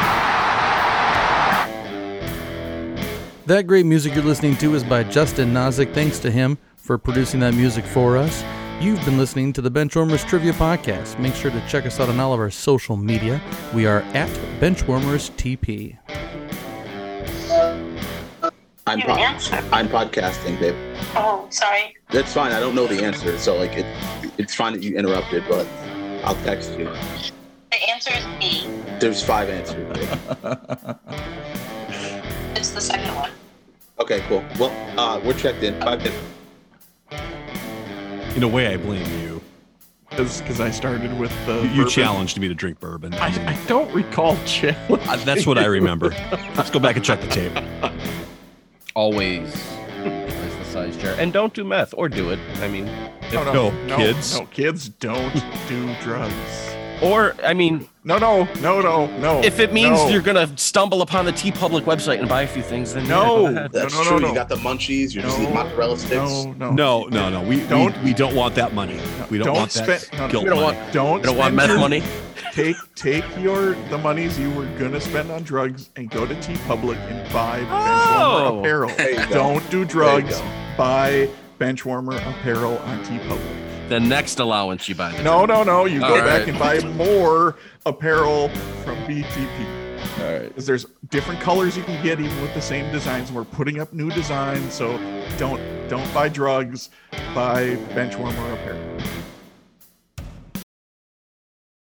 That great music you're listening to is by Justin Nozick. Thanks to him for producing that music for us. You've been listening to the Benchwarmers Trivia Podcast. Make sure to check us out on all of our social media. We are at Benchwarmers TP. I'm You pod- answer. I'm podcasting, babe. Oh, sorry. That's fine. I don't know the answer, so like it, it's fine that you interrupted, but I'll text you. The answer is B. There's five answers. babe. It's the second one. Okay, cool. Well, uh, we're checked in. Bye, babe. In a way, I blame you. Because I started with the You, you bourbon. challenged me to drink bourbon. I, I don't recall challenge. Uh, that's what I remember. Let's go back and check the tape. always is the size chair. And don't do meth or do it. I mean, No, no, No, no, kids. no, kids don't do drugs. or I mean, No, no, no, no, no. if it means no. you're gonna stumble upon the T Public website and buy a few things, then yeah, No. go ahead. That's no, no, true. no. You got the munchies. You're just No, eating mozzarella sticks. no, no, No, no, no. We don't. Don't- We, don't want that money. We don't, want that spend- no, no, guilt we don't money. want. Don't. I don't want spend meth your- money. Take take your the monies you were gonna spend on drugs and go to T Public and buy Oh. benchwarmer apparel. There you go. Don't do There you drugs. go. Buy benchwarmer apparel on T Public. The next allowance you buy. the No, no, no. You go All back right. and buy more apparel from BTP. All right. Because there's different colors you can get even with the same designs. We're putting up new designs, so don't don't buy drugs. Buy benchwarmer apparel.